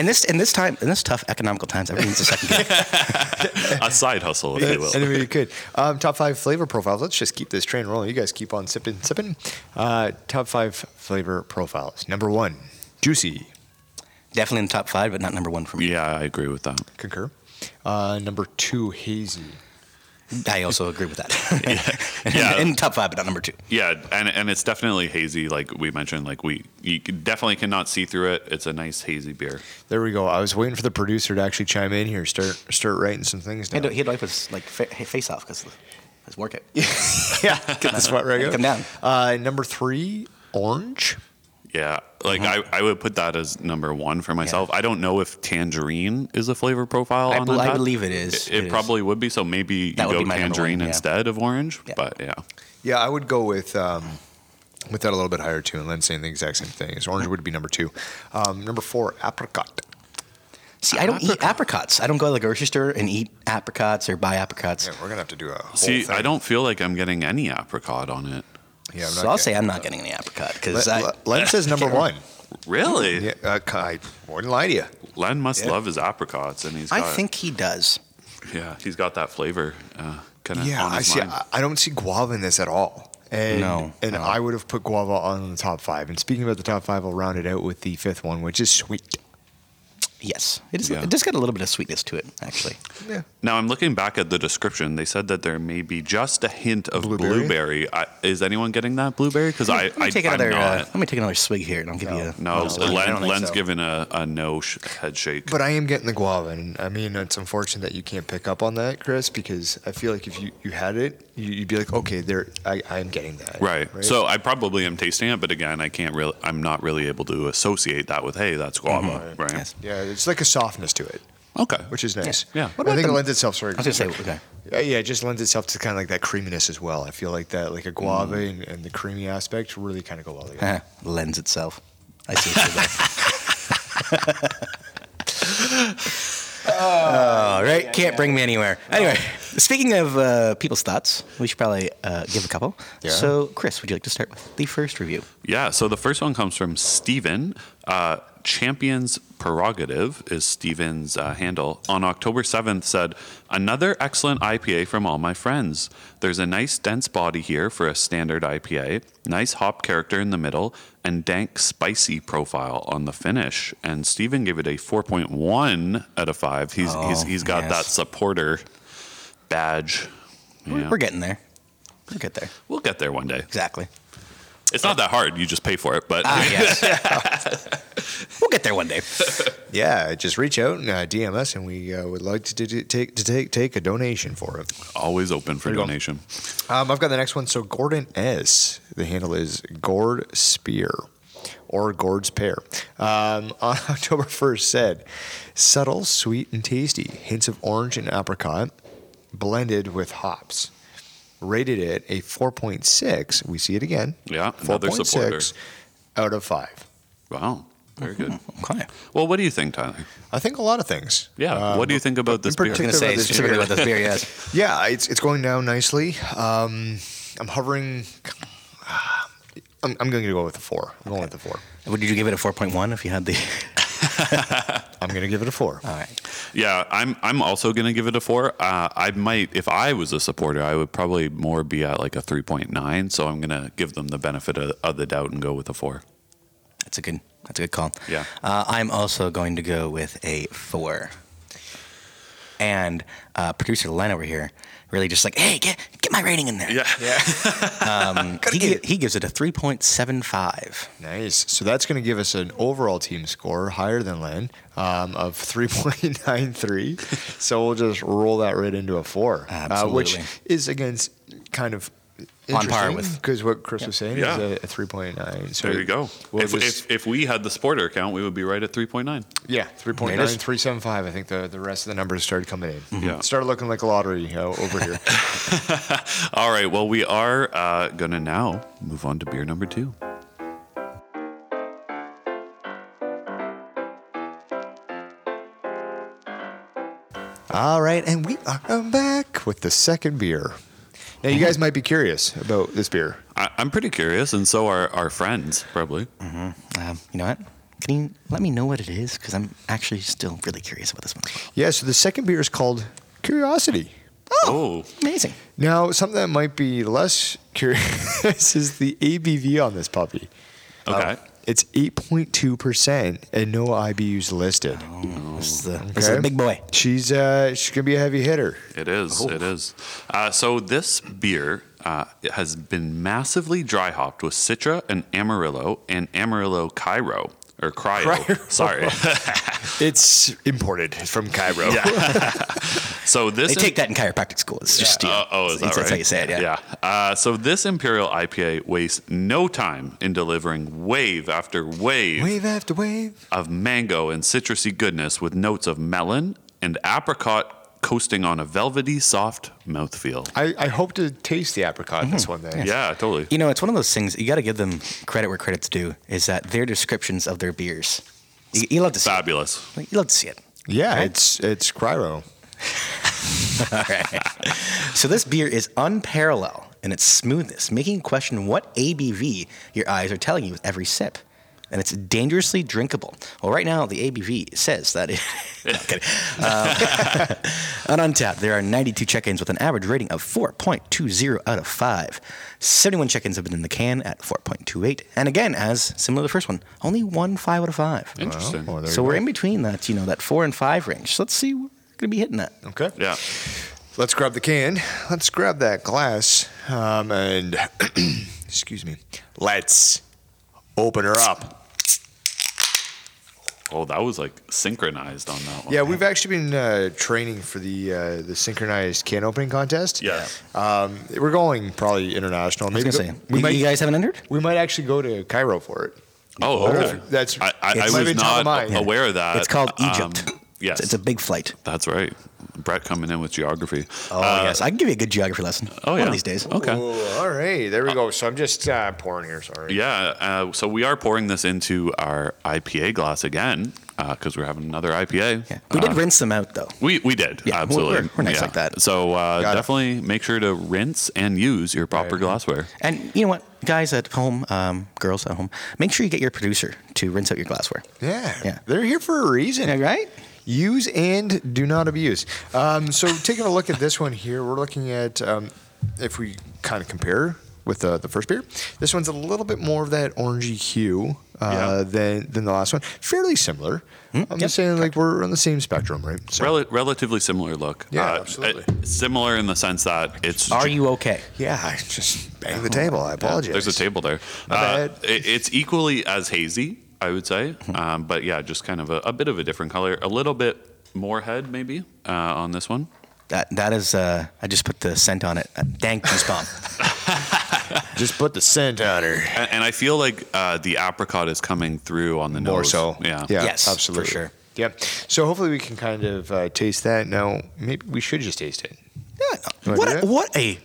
[SPEAKER 3] In this in this time in this tough economical times, everything's a second. gig.
[SPEAKER 1] a side hustle, if you will.
[SPEAKER 2] Anyway, you could. Um, top five flavor profiles. Let's just keep this train rolling. You guys keep on sipping, sipping. Uh, top five flavor profiles. Number one, juicy.
[SPEAKER 3] Definitely in the top five, but not number one for me.
[SPEAKER 1] Yeah, I agree with that.
[SPEAKER 2] Concur. Uh, number two, hazy.
[SPEAKER 3] I also agree with that.
[SPEAKER 1] Yeah.
[SPEAKER 3] in, the top five, but not number two.
[SPEAKER 1] Yeah, and and it's definitely hazy, like we mentioned. Like we, you c- definitely cannot see through it. It's a nice hazy beer.
[SPEAKER 2] There we go. I was waiting for the producer to actually chime in here. Start start writing some things
[SPEAKER 3] He
[SPEAKER 2] down.
[SPEAKER 3] had, to, he had to wipe his like fa- face off because his workout.
[SPEAKER 2] yeah, get the sweat right out.
[SPEAKER 3] Come down.
[SPEAKER 2] Uh, number three, orange.
[SPEAKER 1] Yeah, like
[SPEAKER 3] Uh-huh.
[SPEAKER 1] I, I would put that as number one for myself. I don't know if tangerine is a flavor profile.
[SPEAKER 3] I
[SPEAKER 1] on
[SPEAKER 3] bel- I
[SPEAKER 1] Untappd.
[SPEAKER 3] believe it is.
[SPEAKER 1] It,
[SPEAKER 3] It is.
[SPEAKER 1] probably would be. So maybe you
[SPEAKER 3] That would
[SPEAKER 1] go
[SPEAKER 3] be my number
[SPEAKER 1] tangerine
[SPEAKER 3] one, yeah.
[SPEAKER 1] instead of orange.
[SPEAKER 3] Yeah.
[SPEAKER 1] But yeah,
[SPEAKER 2] Yeah, I would go with um, with that a little bit higher too, and then saying the exact same thing. As orange would be number two. Um, number four, apricot.
[SPEAKER 3] See, I don't eat apricots. I don't go to the grocery store and eat apricots or buy apricots.
[SPEAKER 2] Yeah, we're gonna have to do a whole
[SPEAKER 1] see,
[SPEAKER 2] thing.
[SPEAKER 1] I don't feel like I'm getting any apricot on it.
[SPEAKER 2] Yeah, I'm
[SPEAKER 3] so
[SPEAKER 2] not
[SPEAKER 3] I'll
[SPEAKER 2] getting-
[SPEAKER 3] say I'm not getting any apricot because
[SPEAKER 2] Le-
[SPEAKER 3] I.
[SPEAKER 2] Le- Len says number
[SPEAKER 3] Can't-
[SPEAKER 2] one.
[SPEAKER 1] Really,
[SPEAKER 2] Yeah, uh, I wouldn't lie to you.
[SPEAKER 1] Len must love his apricots, and he's.
[SPEAKER 3] I
[SPEAKER 1] Got,
[SPEAKER 3] think he does.
[SPEAKER 1] Yeah, he's got that flavor. Uh, kind of
[SPEAKER 2] Yeah,
[SPEAKER 1] on
[SPEAKER 2] I
[SPEAKER 1] his
[SPEAKER 2] see.
[SPEAKER 1] mind.
[SPEAKER 2] I, I don't see guava in this at all. And,
[SPEAKER 3] No,
[SPEAKER 2] and
[SPEAKER 3] no.
[SPEAKER 2] I would have put guava on the top five. And speaking about the top five, I'll round it out with the fifth one, which is sweet.
[SPEAKER 3] Yes, it is.
[SPEAKER 1] Yeah.
[SPEAKER 3] It does got a little bit of sweetness to it, actually.
[SPEAKER 2] Yeah.
[SPEAKER 1] Now I'm looking back at the description. They said that there may be just a hint of
[SPEAKER 2] Blueberry?
[SPEAKER 1] blueberry. I, is anyone getting that blueberry? Because I,
[SPEAKER 3] Let me
[SPEAKER 1] I
[SPEAKER 3] take
[SPEAKER 1] I'm
[SPEAKER 3] another. Uh,
[SPEAKER 1] not.
[SPEAKER 3] let me take another swig here, and I'll give you. A,
[SPEAKER 1] no,
[SPEAKER 3] I don't
[SPEAKER 1] Len,
[SPEAKER 3] think
[SPEAKER 1] Len's
[SPEAKER 3] so.
[SPEAKER 1] giving a, a no sh- head shake.
[SPEAKER 2] But I am getting the guava, and I mean it's unfortunate that you can't pick up on that, Chris, because I feel like if you, you had it, you, you'd be like, okay, there, I I am getting that.
[SPEAKER 1] right. So I probably am tasting it, but again, I can't really. I'm not really able to associate that with hey, that's guava, right?
[SPEAKER 3] Mm-hmm. Yes.
[SPEAKER 2] yeah, it's like a softness to it,
[SPEAKER 1] Okay.
[SPEAKER 2] which is nice.
[SPEAKER 1] Yeah. What
[SPEAKER 2] I
[SPEAKER 3] about
[SPEAKER 2] think it
[SPEAKER 3] the-
[SPEAKER 2] lends itself. Sorry,
[SPEAKER 3] I was gonna say. Okay.
[SPEAKER 2] Yeah, yeah, it just lends itself to kind of like that creaminess as well. I feel like that, like a guava
[SPEAKER 3] Mm.
[SPEAKER 2] and, and the creamy aspect really kind of go well together.
[SPEAKER 3] Uh, lends itself. I see. What you're doing. All Oh, right, can't bring me anywhere. Anyway, speaking of uh, people's thoughts, we should probably uh, give a couple.
[SPEAKER 2] Yeah.
[SPEAKER 3] So, Chris, would you like to start with the first review?
[SPEAKER 1] Yeah. So the first one comes from Steven. Uh, Champions Prerogative is Steven's uh, handle. On October 7th, said, Another excellent IPA from all my friends. There's a nice dense body here for a standard IPA, nice hop character in the middle, and dank, spicy profile on the finish. And Steven gave it a 4.1 out of 5. He's, he's,
[SPEAKER 3] Oh,
[SPEAKER 1] he's got
[SPEAKER 3] yes.
[SPEAKER 1] that supporter badge.
[SPEAKER 3] We're-
[SPEAKER 1] Yeah.
[SPEAKER 3] We're getting there. We'll get there.
[SPEAKER 1] We'll get there one day.
[SPEAKER 3] Exactly.
[SPEAKER 1] It's not that hard. You just pay for it. But
[SPEAKER 3] Ah, yes. we'll get there one day.
[SPEAKER 2] Yeah, just reach out and uh, DM us, and we uh, would like to, do- take to take take a donation for it.
[SPEAKER 1] always open for
[SPEAKER 2] There you go.
[SPEAKER 1] donation.
[SPEAKER 2] Um, I've got the next one. So Gordon S. The handle is Gord Spear or Gord's Pear. Um, on October 1st said, subtle, sweet, and tasty. Hints of orange and apricot blended with hops. Rated it a 4.6. We see it again.
[SPEAKER 1] Yeah, another supporter.
[SPEAKER 2] 4.6 out of 5.
[SPEAKER 1] Wow. Very good.
[SPEAKER 3] Okay.
[SPEAKER 1] Well, what do you think, Tyler?
[SPEAKER 2] I think a lot of things.
[SPEAKER 1] Yeah.
[SPEAKER 2] Um,
[SPEAKER 1] what do you think about this beer?
[SPEAKER 3] I was going to say
[SPEAKER 2] About this
[SPEAKER 3] specifically
[SPEAKER 2] beer.
[SPEAKER 3] about this beer, yes.
[SPEAKER 2] Yeah, it's it's going down nicely. Um, I'm hovering. I'm, I'm going to go with a four. I'm going with the four.
[SPEAKER 3] Would you give it a 4.1 if you had the.
[SPEAKER 2] I'm going to give it a four.
[SPEAKER 3] All right.
[SPEAKER 1] Yeah, I'm. I'm also going to give it a four. Uh, I might, if I was a supporter, I would probably more be at like a three point nine. So I'm going to give them the benefit of, of the doubt and go with a four.
[SPEAKER 3] That's a good. That's a good call.
[SPEAKER 1] Yeah.
[SPEAKER 3] Uh, I'm also going to go with a four. And uh, producer Len over here really just like, hey, get get my rating in there. Um,
[SPEAKER 1] Yeah.
[SPEAKER 3] He, gi- he gives it a three point seven five.
[SPEAKER 2] Nice. So that's going to give us an overall team score higher than Lynn um, of 3.93. so we'll just roll that right into a four, uh, which
[SPEAKER 3] Absolutely.
[SPEAKER 2] is against kind of
[SPEAKER 3] On par
[SPEAKER 2] interesting
[SPEAKER 3] with-
[SPEAKER 2] because what Chris was saying
[SPEAKER 1] Yeah.
[SPEAKER 2] is a, a 3.9. So
[SPEAKER 1] There you go.
[SPEAKER 2] We'll
[SPEAKER 1] if,
[SPEAKER 2] just-
[SPEAKER 1] if, if we had the supporter account, we would be right at 3.9.
[SPEAKER 2] yeah, 3.9375. I think the, the rest of the numbers started coming in.
[SPEAKER 1] Mm-hmm. Yeah.
[SPEAKER 2] Started looking like a lottery uh, over here.
[SPEAKER 1] All right. Well, we are uh, going to now move on to beer number two.
[SPEAKER 2] All right, and we are back with the second beer. Now, you
[SPEAKER 1] Mm-hmm.
[SPEAKER 2] guys might be curious about this beer.
[SPEAKER 1] I, I'm pretty curious, and so are our friends, probably.
[SPEAKER 3] Um, you know what? Can you let me know what it is? Because I'm actually still really curious about this one.
[SPEAKER 2] Yeah, so the second beer is called Curiosity.
[SPEAKER 1] Oh,
[SPEAKER 3] Amazing.
[SPEAKER 2] Now, something that might be less curious is the ABV on this puppy. Uh,
[SPEAKER 1] okay.
[SPEAKER 2] It's 8.2% and no IBUs listed.
[SPEAKER 1] Oh. Mm-hmm.
[SPEAKER 3] This is the, this is
[SPEAKER 2] Okay.
[SPEAKER 3] the big boy.
[SPEAKER 2] She's uh, she's going to be a heavy hitter.
[SPEAKER 1] It is.
[SPEAKER 3] Oh.
[SPEAKER 1] It is. Uh, so this beer uh, it has been massively dry hopped with Citra and Amarillo and Amarillo Cairo or Cryo. Sorry.
[SPEAKER 2] It's imported from Cairo.
[SPEAKER 1] so this
[SPEAKER 3] They take that in chiropractic school. It's just steel.
[SPEAKER 1] Uh, oh, is that right?
[SPEAKER 3] It's- That's how you say it. Yeah.
[SPEAKER 1] Uh, so this Imperial IPA wastes no time in delivering wave after wave,
[SPEAKER 2] Wave after wave.
[SPEAKER 1] of mango and citrusy goodness with notes of melon and apricot coasting on a velvety, soft mouthfeel.
[SPEAKER 2] I, I hope to taste the apricot in this one then.
[SPEAKER 1] Yeah, totally.
[SPEAKER 3] You know, it's one of those things you got to give them credit where credit's due. Is that their descriptions of their beers? You, you love to see. It.
[SPEAKER 1] Fabulous.
[SPEAKER 3] Like, You love to see it.
[SPEAKER 2] Yeah, it's it's Cryo.
[SPEAKER 3] All right. so this beer is unparalleled in its smoothness, making you question what ABV your eyes are telling you with every sip. And it's dangerously drinkable. Well, right now the ABV says that it. No, I'm kidding. Um, on Untapped, there are 92 check-ins with an average rating of 4.20 out of 5. 71 check-ins have been in the can at 4.28, and again, as similar to the first one, only one 5 out of 5.
[SPEAKER 1] Interesting.
[SPEAKER 2] Oh, there
[SPEAKER 3] So
[SPEAKER 2] you
[SPEAKER 3] we're in between that, you know, that 4 and 5 range. So let's see, we're going to be hitting that.
[SPEAKER 2] go. Okay.
[SPEAKER 1] Yeah.
[SPEAKER 2] Let's grab the can. Let's grab that glass. Um, and excuse me. Let's open her up.
[SPEAKER 1] Oh, that was like synchronized on that one.
[SPEAKER 2] Yeah, we've actually been uh, training for the uh, the synchronized can opening contest.
[SPEAKER 1] Yeah.
[SPEAKER 2] Um, we're going probably international.
[SPEAKER 3] I
[SPEAKER 2] Maybe
[SPEAKER 3] was
[SPEAKER 2] go-
[SPEAKER 3] gonna say,
[SPEAKER 2] we
[SPEAKER 3] you,
[SPEAKER 2] might
[SPEAKER 3] you guys haven't entered?
[SPEAKER 2] we might actually go to Cairo for it.
[SPEAKER 1] Oh,
[SPEAKER 2] I don't know
[SPEAKER 1] okay.
[SPEAKER 2] if that's
[SPEAKER 1] I, I, I
[SPEAKER 2] might be
[SPEAKER 1] was
[SPEAKER 2] top
[SPEAKER 1] not
[SPEAKER 2] of mind.
[SPEAKER 1] aware of that.
[SPEAKER 3] It's called
[SPEAKER 1] Um,
[SPEAKER 3] Egypt.
[SPEAKER 1] yes,
[SPEAKER 3] It's, it's a big flight.
[SPEAKER 1] that's right. Brett coming in with geography.
[SPEAKER 3] Oh, yes. I can give you a good geography lesson.
[SPEAKER 1] Uh, Oh,
[SPEAKER 3] One
[SPEAKER 1] yeah.
[SPEAKER 3] of these days.
[SPEAKER 1] Okay.
[SPEAKER 2] Oh, all right, there we go. So I'm just uh, pouring here. Sorry.
[SPEAKER 1] Yeah. Uh, so we are pouring this into our IPA glass again because we're having another IPA.
[SPEAKER 3] Yeah. We did
[SPEAKER 1] Uh,
[SPEAKER 3] rinse them out, though.
[SPEAKER 1] we, we did
[SPEAKER 3] Yeah, we're-
[SPEAKER 1] absolutely.
[SPEAKER 3] we're- we're nice like that.
[SPEAKER 1] So uh,
[SPEAKER 2] Got it.
[SPEAKER 1] definitely make sure to rinse and use your proper glassware.
[SPEAKER 3] And you know what? Guys at home, um, girls at home, make sure you get your producer to rinse out your glassware.
[SPEAKER 2] Yeah.
[SPEAKER 3] Yeah.
[SPEAKER 2] They're here for a reason.
[SPEAKER 3] Yeah, right?
[SPEAKER 2] Use and do not abuse. Um, so, taking a look at this one here, we're looking at um, if we kind of compare with the, the first beer. This one's a little bit more of that orangey hue uh,
[SPEAKER 1] Yeah. Hmm?
[SPEAKER 2] than than the last one. Fairly similar. I'm
[SPEAKER 3] yep.
[SPEAKER 2] just saying, like we're on the same spectrum, right? So,
[SPEAKER 1] Rel- relatively similar look.
[SPEAKER 2] Yeah, absolutely.
[SPEAKER 1] uh, similar in the sense that it's
[SPEAKER 3] Are you okay?
[SPEAKER 2] yeah, I just bang the
[SPEAKER 1] Oh,
[SPEAKER 2] table. I apologize.
[SPEAKER 1] There's a table there.
[SPEAKER 2] My
[SPEAKER 1] Uh,
[SPEAKER 2] bad. Mm-hmm.
[SPEAKER 1] it, it's equally as hazy, I would say. Um, but yeah, just kind of a, a bit of a different color. A little bit more head, maybe, uh, on this one.
[SPEAKER 3] That that is. Uh, I just put the scent on it. Uh, Dank goose bomb.
[SPEAKER 2] Just put the scent on her.
[SPEAKER 1] And, and I feel like uh, the apricot is coming through on the
[SPEAKER 2] More
[SPEAKER 1] nose.
[SPEAKER 2] so.
[SPEAKER 1] Yeah.
[SPEAKER 2] Yeah.
[SPEAKER 3] Yes, for
[SPEAKER 2] Absolutely.
[SPEAKER 3] sure.
[SPEAKER 2] Yep. So hopefully we can kind of uh, taste that. Now maybe we should just taste it. Wanna do
[SPEAKER 3] what
[SPEAKER 2] that?
[SPEAKER 3] a, what a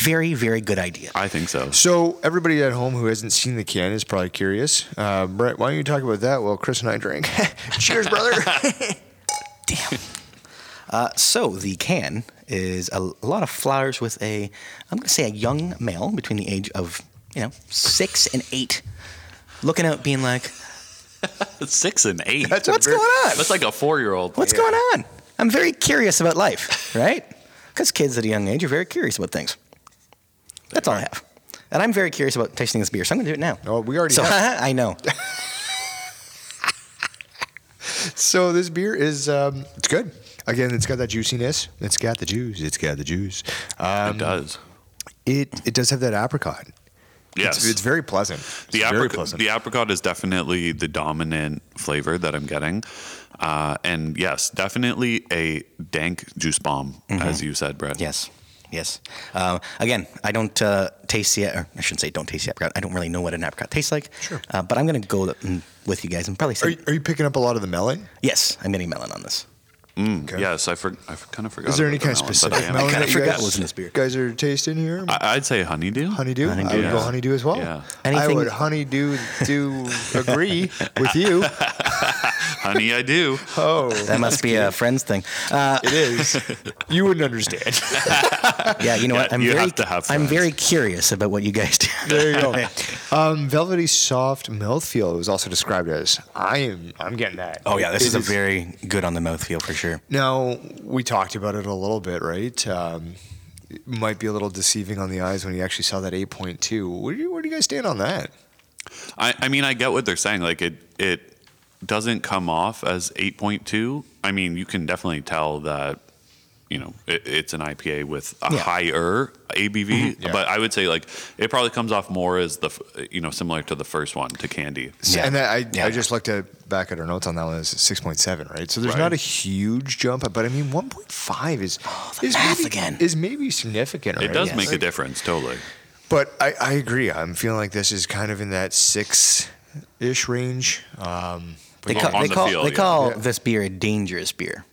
[SPEAKER 3] very very good idea.
[SPEAKER 1] I think so.
[SPEAKER 2] So everybody at home who hasn't seen the can is probably curious. Uh, Brett, why don't you talk about that while Chris and I drink? Cheers, brother.
[SPEAKER 3] Damn. Uh, so the can is a, a lot of flowers with a, I'm going to say a young male between the age of, you know, six and eight, looking out, being like,
[SPEAKER 1] Six and eight.
[SPEAKER 2] That's a
[SPEAKER 3] what's
[SPEAKER 2] very-
[SPEAKER 3] going on?
[SPEAKER 1] That's like a four year old.
[SPEAKER 3] What's going on? I'm very curious about life, right? Because kids at a young age are very curious about things. That's all I have. And I'm very curious about tasting this beer, so I'm going to do it now.
[SPEAKER 2] Oh, we already
[SPEAKER 3] So
[SPEAKER 2] have.
[SPEAKER 3] I know.
[SPEAKER 2] So this beer is um, it's good. Again, it's got that juiciness. It's got the juice. It's got the juice. Um,
[SPEAKER 1] it does.
[SPEAKER 2] It it does have that apricot.
[SPEAKER 1] Yes.
[SPEAKER 2] It's, it's very pleasant.
[SPEAKER 1] the,
[SPEAKER 2] It's very
[SPEAKER 1] apric-
[SPEAKER 2] pleasant.
[SPEAKER 1] the apricot is definitely the dominant flavor that I'm getting. Uh, and yes, definitely a dank juice bomb,
[SPEAKER 2] Mm-hmm.
[SPEAKER 1] as you said, Brett.
[SPEAKER 3] Yes. Yes. Uh, again, I don't uh, taste the. Or I shouldn't say don't taste the apricot. I don't really know what an apricot tastes like. Sure. Uh, but I'm going to go th- with you guys and probably say
[SPEAKER 2] are, you, are you picking up a lot of the melon?
[SPEAKER 3] yes. I'm getting melon on this.
[SPEAKER 2] Okay.
[SPEAKER 1] Mm, Yes, I, for- I kind of forgot.
[SPEAKER 2] Is there any
[SPEAKER 1] about
[SPEAKER 2] kind
[SPEAKER 1] the
[SPEAKER 2] of
[SPEAKER 1] melon, but
[SPEAKER 2] specific
[SPEAKER 1] I am-
[SPEAKER 2] melon
[SPEAKER 3] kinda
[SPEAKER 2] that you
[SPEAKER 3] forgot
[SPEAKER 2] guys,
[SPEAKER 3] was in this beer.
[SPEAKER 2] guys are tasting here?
[SPEAKER 1] I- I'd say honeydew.
[SPEAKER 2] honeydew. I
[SPEAKER 3] Honeydew,
[SPEAKER 2] would go
[SPEAKER 1] yeah.
[SPEAKER 2] honeydew as well.
[SPEAKER 1] Yeah.
[SPEAKER 2] I
[SPEAKER 3] Anything-
[SPEAKER 2] would honeydew do agree with you.
[SPEAKER 1] Honey, I do.
[SPEAKER 2] Oh,
[SPEAKER 3] That must be a friends thing. Uh,
[SPEAKER 2] it is. You wouldn't understand.
[SPEAKER 3] yeah. You know what?
[SPEAKER 1] Yeah,
[SPEAKER 3] I'm
[SPEAKER 1] you
[SPEAKER 3] very.
[SPEAKER 1] have to have
[SPEAKER 3] I'm
[SPEAKER 1] friends.
[SPEAKER 3] very curious about what you guys do.
[SPEAKER 2] There you go. Um, velvety soft mouthfeel. It was also described as. I am. I'm getting that.
[SPEAKER 3] Oh yeah, this
[SPEAKER 2] It
[SPEAKER 3] is a very good on the mouth feel for sure.
[SPEAKER 2] Now we talked about it a little bit, right? Um, it might be a little deceiving on the eyes when you actually saw that 8.2. Where do you, where do you guys stand on that?
[SPEAKER 1] I, I mean, I get what they're saying. Like it, it doesn't come off as 8.2. I mean, you can definitely tell that, you know, it, it's an IPA with a
[SPEAKER 3] Yeah.
[SPEAKER 1] higher ABV,
[SPEAKER 2] Mm-hmm. Yeah.
[SPEAKER 1] but I would say like it probably comes off more as the, f- you know, similar to the first one to candy.
[SPEAKER 2] So-
[SPEAKER 3] Yeah.
[SPEAKER 2] And that, I,
[SPEAKER 3] Yeah.
[SPEAKER 2] I just looked at, back at our notes on that one. It's 6.7, right? So there's
[SPEAKER 1] Right.
[SPEAKER 2] not a huge jump, but I mean, 1.5 is
[SPEAKER 3] Oh, the
[SPEAKER 2] is
[SPEAKER 3] math
[SPEAKER 2] maybe,
[SPEAKER 3] again.
[SPEAKER 2] is maybe significant.
[SPEAKER 1] It
[SPEAKER 2] right?
[SPEAKER 1] does
[SPEAKER 3] Yes.
[SPEAKER 1] make a
[SPEAKER 2] Like-
[SPEAKER 1] difference, totally.
[SPEAKER 2] But I, I agree. I'm feeling like this is kind of in that six ish range. Um, but
[SPEAKER 3] They
[SPEAKER 1] On-
[SPEAKER 3] call,
[SPEAKER 1] on
[SPEAKER 3] they
[SPEAKER 1] the
[SPEAKER 3] call,
[SPEAKER 1] field,
[SPEAKER 3] they
[SPEAKER 1] yeah.
[SPEAKER 3] call
[SPEAKER 2] Yeah.
[SPEAKER 3] this beer a dangerous beer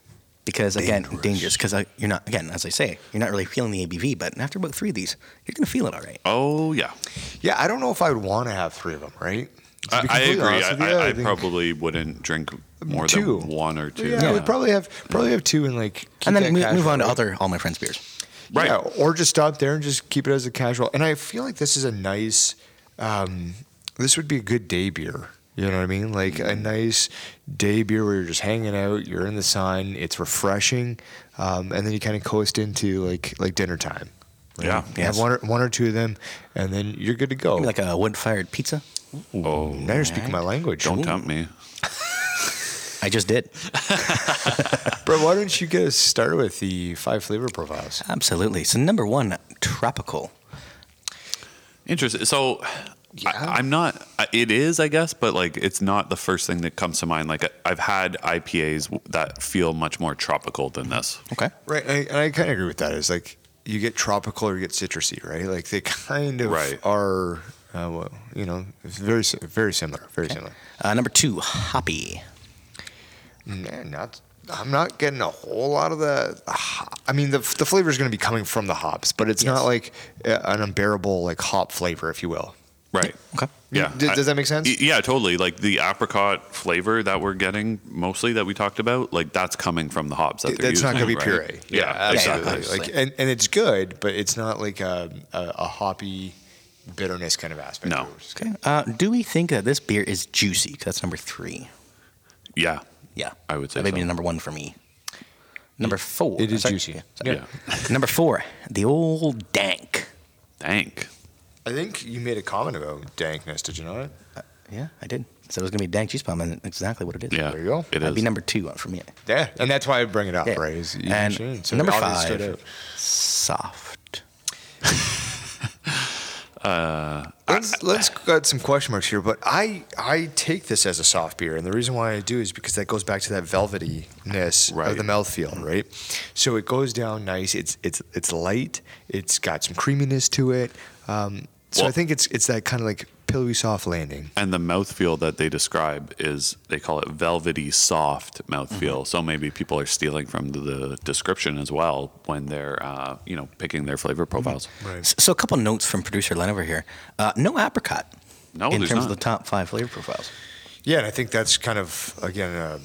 [SPEAKER 3] because again, dangerous because you're not again as I say, you're not really feeling the ABV, but after about three of these, you're gonna feel it all right.
[SPEAKER 1] Oh yeah.
[SPEAKER 2] yeah, I don't know if I would want to have three of them, right? To
[SPEAKER 1] I,
[SPEAKER 2] be
[SPEAKER 1] I
[SPEAKER 2] completely
[SPEAKER 1] agree. I,
[SPEAKER 2] honest with you,
[SPEAKER 1] I, I
[SPEAKER 2] think-
[SPEAKER 1] probably wouldn't drink more
[SPEAKER 2] Two.
[SPEAKER 1] than one or two.
[SPEAKER 2] Yeah, I would probably have probably have two and like keep
[SPEAKER 3] and
[SPEAKER 2] that
[SPEAKER 3] then move, move
[SPEAKER 2] casual,
[SPEAKER 3] on to
[SPEAKER 2] right?
[SPEAKER 3] other all my friends beers.
[SPEAKER 1] Right.
[SPEAKER 2] Yeah, or just stop there and just keep it as a casual. And I feel like this is a nice. Um, this would be a good day beer. You know what I mean? Like a nice day beer where you're just hanging out, you're in the sun, it's refreshing, um, and then you kind of coast into like like dinner time.
[SPEAKER 1] Yeah.
[SPEAKER 2] You have
[SPEAKER 3] Yes.
[SPEAKER 2] one or, one or two of them, and then you're good to go.
[SPEAKER 3] Maybe like a wood-fired pizza.
[SPEAKER 1] Oh,
[SPEAKER 2] now you're speaking my language.
[SPEAKER 1] don't tempt me.
[SPEAKER 3] I just did.
[SPEAKER 2] Bro, why don't you get us started with the five flavor profiles?
[SPEAKER 3] Absolutely. So number one, tropical.
[SPEAKER 1] Interesting. So
[SPEAKER 2] Yeah.
[SPEAKER 1] I, I'm not, I- it is, I guess, but like it's not the first thing that comes to mind. Like I- I've had IPAs w- that feel much more tropical than this.
[SPEAKER 3] Okay.
[SPEAKER 2] Right, I, and I kind of agree with that. It's like you get tropical or you get citrusy, right? Like they kind of
[SPEAKER 1] Right.
[SPEAKER 2] are, uh, well, you know, it's very si- very similar, very similar.
[SPEAKER 3] Uh, number two, hoppy.
[SPEAKER 2] Man, not I'm not getting a whole lot of the. ho- I mean, the the flavor is going to be coming from the hops, but it's not like uh, an unbearable like hop flavor, if you will.
[SPEAKER 1] Right.
[SPEAKER 3] Okay.
[SPEAKER 1] Yeah.
[SPEAKER 2] Does-
[SPEAKER 1] I-
[SPEAKER 2] does that make sense?
[SPEAKER 1] Y- Yeah, totally. Like the apricot flavor that we're getting mostly that we talked about, like that's coming from the hops that they're
[SPEAKER 2] That's not
[SPEAKER 1] using.
[SPEAKER 2] going to be
[SPEAKER 1] right?
[SPEAKER 2] puree.
[SPEAKER 1] Yeah,
[SPEAKER 2] absolutely.
[SPEAKER 1] exactly.
[SPEAKER 3] yeah,
[SPEAKER 2] Like,
[SPEAKER 3] obviously.
[SPEAKER 2] and, and it's good, but it's not like a, a, a hoppy bitterness kind of aspect.
[SPEAKER 1] No.
[SPEAKER 2] It's
[SPEAKER 3] Okay. Uh, do we think that this beer is juicy? 'Cause that's number three.
[SPEAKER 1] Yeah.
[SPEAKER 3] Yeah.
[SPEAKER 1] I would say
[SPEAKER 3] That may be
[SPEAKER 1] so.
[SPEAKER 3] number one for me. Number four.
[SPEAKER 2] It is
[SPEAKER 3] sorry.
[SPEAKER 2] juicy.
[SPEAKER 3] sorry.
[SPEAKER 1] Yeah.
[SPEAKER 3] number four, the old dank.
[SPEAKER 1] Dank.
[SPEAKER 2] I think you made a comment about dankness. Did you know that?
[SPEAKER 3] Yeah, I did. So it was gonna be dank juice bomb, and that's exactly what it is.
[SPEAKER 1] Yeah.
[SPEAKER 2] There you go.
[SPEAKER 1] It
[SPEAKER 3] That'd
[SPEAKER 1] is.
[SPEAKER 3] be number two for me.
[SPEAKER 2] Yeah, and that's why I bring it up,
[SPEAKER 3] Yeah.
[SPEAKER 2] right? is you
[SPEAKER 3] and
[SPEAKER 2] mentioned it, so
[SPEAKER 3] number
[SPEAKER 2] it obviously stood
[SPEAKER 3] five,
[SPEAKER 2] out.
[SPEAKER 3] soft.
[SPEAKER 1] Uh,
[SPEAKER 2] Let's, let's got some question marks here, but I I take this as a soft beer, and the reason why I do is because that goes back to that velvetyness of
[SPEAKER 1] Right.
[SPEAKER 2] the mouthfeel, right? So it goes down nice. It's it's it's light. It's got some creaminess to it. Um, so I
[SPEAKER 1] Well-
[SPEAKER 2] think it's it's that kind of like pillowy soft landing.
[SPEAKER 1] And the mouthfeel that they describe is they call it velvety soft
[SPEAKER 2] Mm-hmm.
[SPEAKER 1] mouthfeel. So maybe people are stealing from the, the description as well when they're uh, you know picking their flavor
[SPEAKER 2] Mm-hmm.
[SPEAKER 1] profiles.
[SPEAKER 3] S- So a couple notes from producer Len over here. Uh, no apricot.
[SPEAKER 1] No,
[SPEAKER 3] in
[SPEAKER 1] there's
[SPEAKER 3] terms of
[SPEAKER 1] not.
[SPEAKER 3] the top five flavor profiles.
[SPEAKER 2] Yeah, and I think that's kind of again a,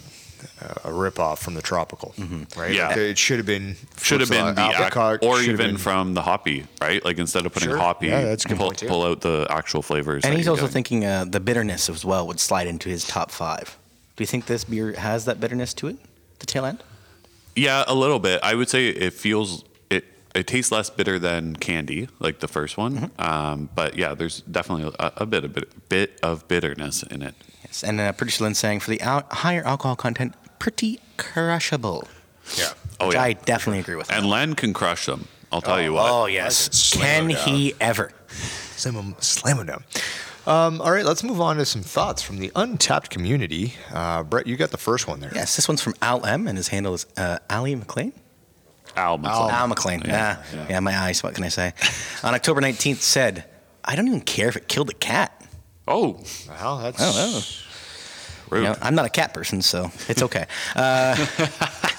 [SPEAKER 2] a ripoff from the tropical,
[SPEAKER 3] Mm-hmm.
[SPEAKER 2] right?
[SPEAKER 1] Yeah.
[SPEAKER 2] Like, it should have been
[SPEAKER 1] Should have been the
[SPEAKER 2] uh, apricot,
[SPEAKER 1] ac- or
[SPEAKER 2] should have
[SPEAKER 1] even
[SPEAKER 2] been-
[SPEAKER 1] from the hoppy, right? Like instead of putting
[SPEAKER 2] Sure.
[SPEAKER 1] hoppy,
[SPEAKER 2] Yeah, that's a good
[SPEAKER 1] pull,
[SPEAKER 2] point, too.
[SPEAKER 1] pull out the actual flavors.
[SPEAKER 3] And
[SPEAKER 1] that
[SPEAKER 3] he's
[SPEAKER 1] you're
[SPEAKER 3] also
[SPEAKER 1] getting.
[SPEAKER 3] thinking uh, the bitterness as well would slide into his top five. Do you think this beer has that bitterness to it? The tail end?
[SPEAKER 1] Yeah, a little bit. I would say it feels it it tastes less bitter than candy, like the first one.
[SPEAKER 2] Mm-hmm.
[SPEAKER 1] Um, but yeah, there's definitely a, a bit, a bit, bit of bitterness in it.
[SPEAKER 3] Yes, and uh, producer Lynn saying for the al- higher alcohol content, pretty crushable.
[SPEAKER 2] Yeah.
[SPEAKER 1] Oh
[SPEAKER 3] which
[SPEAKER 1] yeah,
[SPEAKER 3] I definitely agree with.
[SPEAKER 1] and
[SPEAKER 3] that.
[SPEAKER 1] Len can crush them. I'll tell you what.
[SPEAKER 3] oh
[SPEAKER 2] I can
[SPEAKER 3] yes,
[SPEAKER 2] slam
[SPEAKER 3] can
[SPEAKER 2] it down.
[SPEAKER 3] he ever?
[SPEAKER 2] Slam him, slam him down. Um, all right, let's move on to some thoughts from the untapped community. Uh, Brett, you got the first one there.
[SPEAKER 3] Yes, this one's from Al M, and his handle is uh, Ali McLean.
[SPEAKER 1] Al McLean.
[SPEAKER 3] Al McLean. Yeah,
[SPEAKER 1] Oh, Yeah,
[SPEAKER 3] yeah.
[SPEAKER 1] yeah.
[SPEAKER 3] my eyes. What can I say? On October 19th, said, "I don't even care if it killed a cat.
[SPEAKER 1] Oh,
[SPEAKER 2] Well, that's
[SPEAKER 3] Oh, oh.
[SPEAKER 1] rude.
[SPEAKER 3] You know, I'm not a cat person, so it's okay." uh,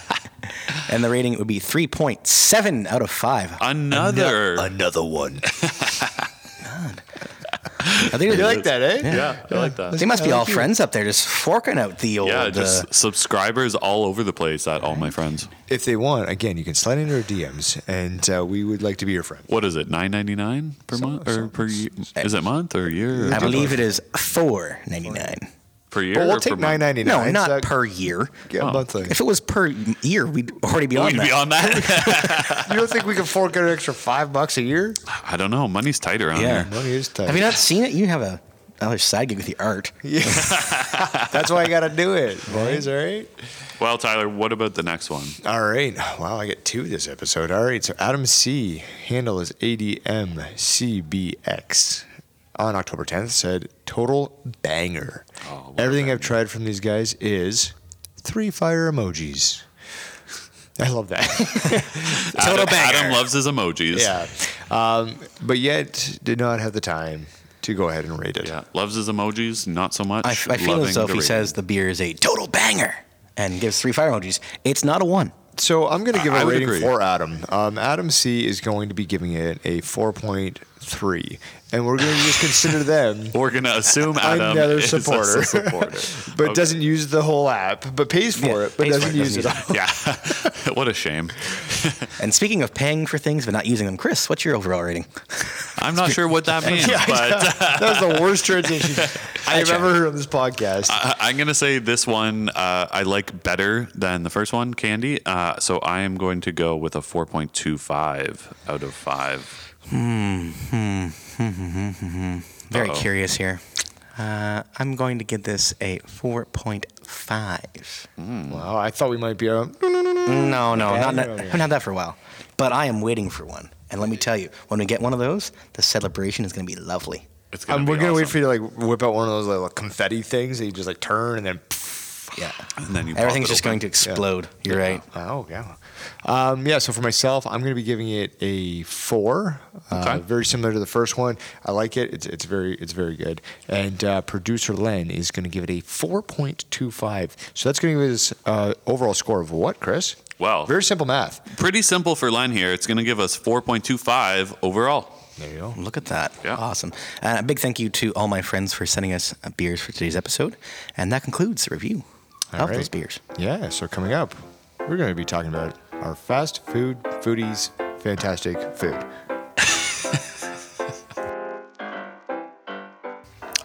[SPEAKER 3] and the rating would be 3.7 out of five.
[SPEAKER 1] Another.
[SPEAKER 2] another one.
[SPEAKER 3] I think
[SPEAKER 2] you like that, eh?
[SPEAKER 1] yeah, I like that.
[SPEAKER 3] They must be
[SPEAKER 2] I
[SPEAKER 3] all
[SPEAKER 2] like it.
[SPEAKER 3] friends up there, just forking out the old.
[SPEAKER 1] Yeah,
[SPEAKER 3] uh,
[SPEAKER 1] just subscribers all over the place at all my friends.
[SPEAKER 2] If they want, again, you can slide into our DMs, and uh, we would like to be your friend.
[SPEAKER 1] What is it? Nine ninety nine per month or
[SPEAKER 2] some-
[SPEAKER 1] per year? Is it month or year? Or
[SPEAKER 3] I believe it is 4.99.
[SPEAKER 1] per year.
[SPEAKER 2] But
[SPEAKER 1] or
[SPEAKER 2] we'll
[SPEAKER 1] per
[SPEAKER 2] take
[SPEAKER 1] month?
[SPEAKER 2] nine ninety
[SPEAKER 3] No,
[SPEAKER 2] nine.
[SPEAKER 3] not per year.
[SPEAKER 2] yeah,
[SPEAKER 1] oh.
[SPEAKER 2] monthly.
[SPEAKER 3] If it was per year, we'd already be on
[SPEAKER 1] We'd
[SPEAKER 3] that.
[SPEAKER 1] be on that.
[SPEAKER 2] you don't think we can fork out an extra five bucks a year?
[SPEAKER 1] I don't know. Money's tight around
[SPEAKER 3] Yeah.
[SPEAKER 1] here.
[SPEAKER 2] Money is tight.
[SPEAKER 3] Have you not seen it? You have a other side gig with the art.
[SPEAKER 2] That's why I got to do it, boys. All right.
[SPEAKER 1] Well, Tyler, what about the next one?
[SPEAKER 2] All right. Wow, I get two this episode. All right. So Adam C. Handle is ADMCBX. On October 10th, said total banger.
[SPEAKER 1] Oh, what a
[SPEAKER 2] Everything I've tried from these guys is three fire emojis. I love that.
[SPEAKER 3] Total
[SPEAKER 1] Adam,
[SPEAKER 3] banger.
[SPEAKER 1] Adam loves his emojis.
[SPEAKER 2] yeah. Um, but yet did not have the time to go ahead and rate it.
[SPEAKER 1] Yeah, loves his emojis, not so much.
[SPEAKER 3] I, I feel
[SPEAKER 1] loving
[SPEAKER 3] as though if
[SPEAKER 1] the
[SPEAKER 3] he
[SPEAKER 1] rating.
[SPEAKER 3] says the beer is a total banger and gives three fire emojis, it's not a one.
[SPEAKER 2] So I'm going to give
[SPEAKER 1] I
[SPEAKER 2] a
[SPEAKER 1] would
[SPEAKER 2] rating
[SPEAKER 1] agree.
[SPEAKER 2] for Adam. Um, Adam C is going to be giving it a 4.3, and we're going to just consider them
[SPEAKER 1] we're gonna assume Adam
[SPEAKER 2] Another
[SPEAKER 1] is a
[SPEAKER 2] supporter.
[SPEAKER 1] supporter.
[SPEAKER 2] but
[SPEAKER 1] Okay.
[SPEAKER 2] doesn't use the whole app, but pays for
[SPEAKER 3] Yeah,
[SPEAKER 2] it, but
[SPEAKER 3] pays for
[SPEAKER 2] doesn't
[SPEAKER 3] it,
[SPEAKER 2] use it.
[SPEAKER 3] doesn't
[SPEAKER 2] all.
[SPEAKER 1] Yeah, what a shame.
[SPEAKER 3] And speaking of paying for things but not using them, Chris, what's your overall rating?
[SPEAKER 1] I'm not sure what that means, but
[SPEAKER 2] that was the worst transition I've
[SPEAKER 3] tried.
[SPEAKER 2] ever heard on this podcast.
[SPEAKER 1] I, uh, I'm gonna say this one uh, I like better than the first one, Candy. Uh, so I am going to go with a 4.25 out of five.
[SPEAKER 3] Mm-hmm. Very
[SPEAKER 1] Uh-oh.
[SPEAKER 3] curious here. Uh, I'm going to give this a 4.5.
[SPEAKER 2] wow, I thought we might be. Um,
[SPEAKER 3] No, no,
[SPEAKER 2] Okay. Yeah,
[SPEAKER 3] not,
[SPEAKER 2] yeah.
[SPEAKER 3] not, I haven't had that for a while. But I am waiting for one. And let me tell you, when we get one of those, the celebration is going to be lovely.
[SPEAKER 1] It's gonna
[SPEAKER 2] um,
[SPEAKER 1] be
[SPEAKER 2] we're gonna wait
[SPEAKER 1] awesome.
[SPEAKER 2] for you to like whip out one of those little confetti things that you just like turn and then.
[SPEAKER 3] Yeah.
[SPEAKER 1] And then you pop
[SPEAKER 3] Everything's
[SPEAKER 1] it
[SPEAKER 3] just
[SPEAKER 1] open.
[SPEAKER 3] going to explode. You're right.
[SPEAKER 2] Oh yeah, um, yeah. So for myself, I'm going to be giving it a four. Uh,
[SPEAKER 1] Okay.
[SPEAKER 2] very similar to the first one. I like it. It's it's very it's very good. And uh, producer Len is going to give it a four point two five. So that's going to give us uh, overall score of what, Chris?
[SPEAKER 1] Well-
[SPEAKER 2] very simple math.
[SPEAKER 1] Pretty simple for Len here. It's gonna give us 4.25 overall.
[SPEAKER 2] There you go.
[SPEAKER 3] Look at that.
[SPEAKER 1] Yeah.
[SPEAKER 3] Awesome. And a big thank you to all my friends for sending us uh, beers for today's episode. And that concludes the review
[SPEAKER 2] All
[SPEAKER 3] of
[SPEAKER 2] right.
[SPEAKER 3] those beers.
[SPEAKER 2] Yeah. So coming up, we're going to be talking about our fast food foodies, fantastic food.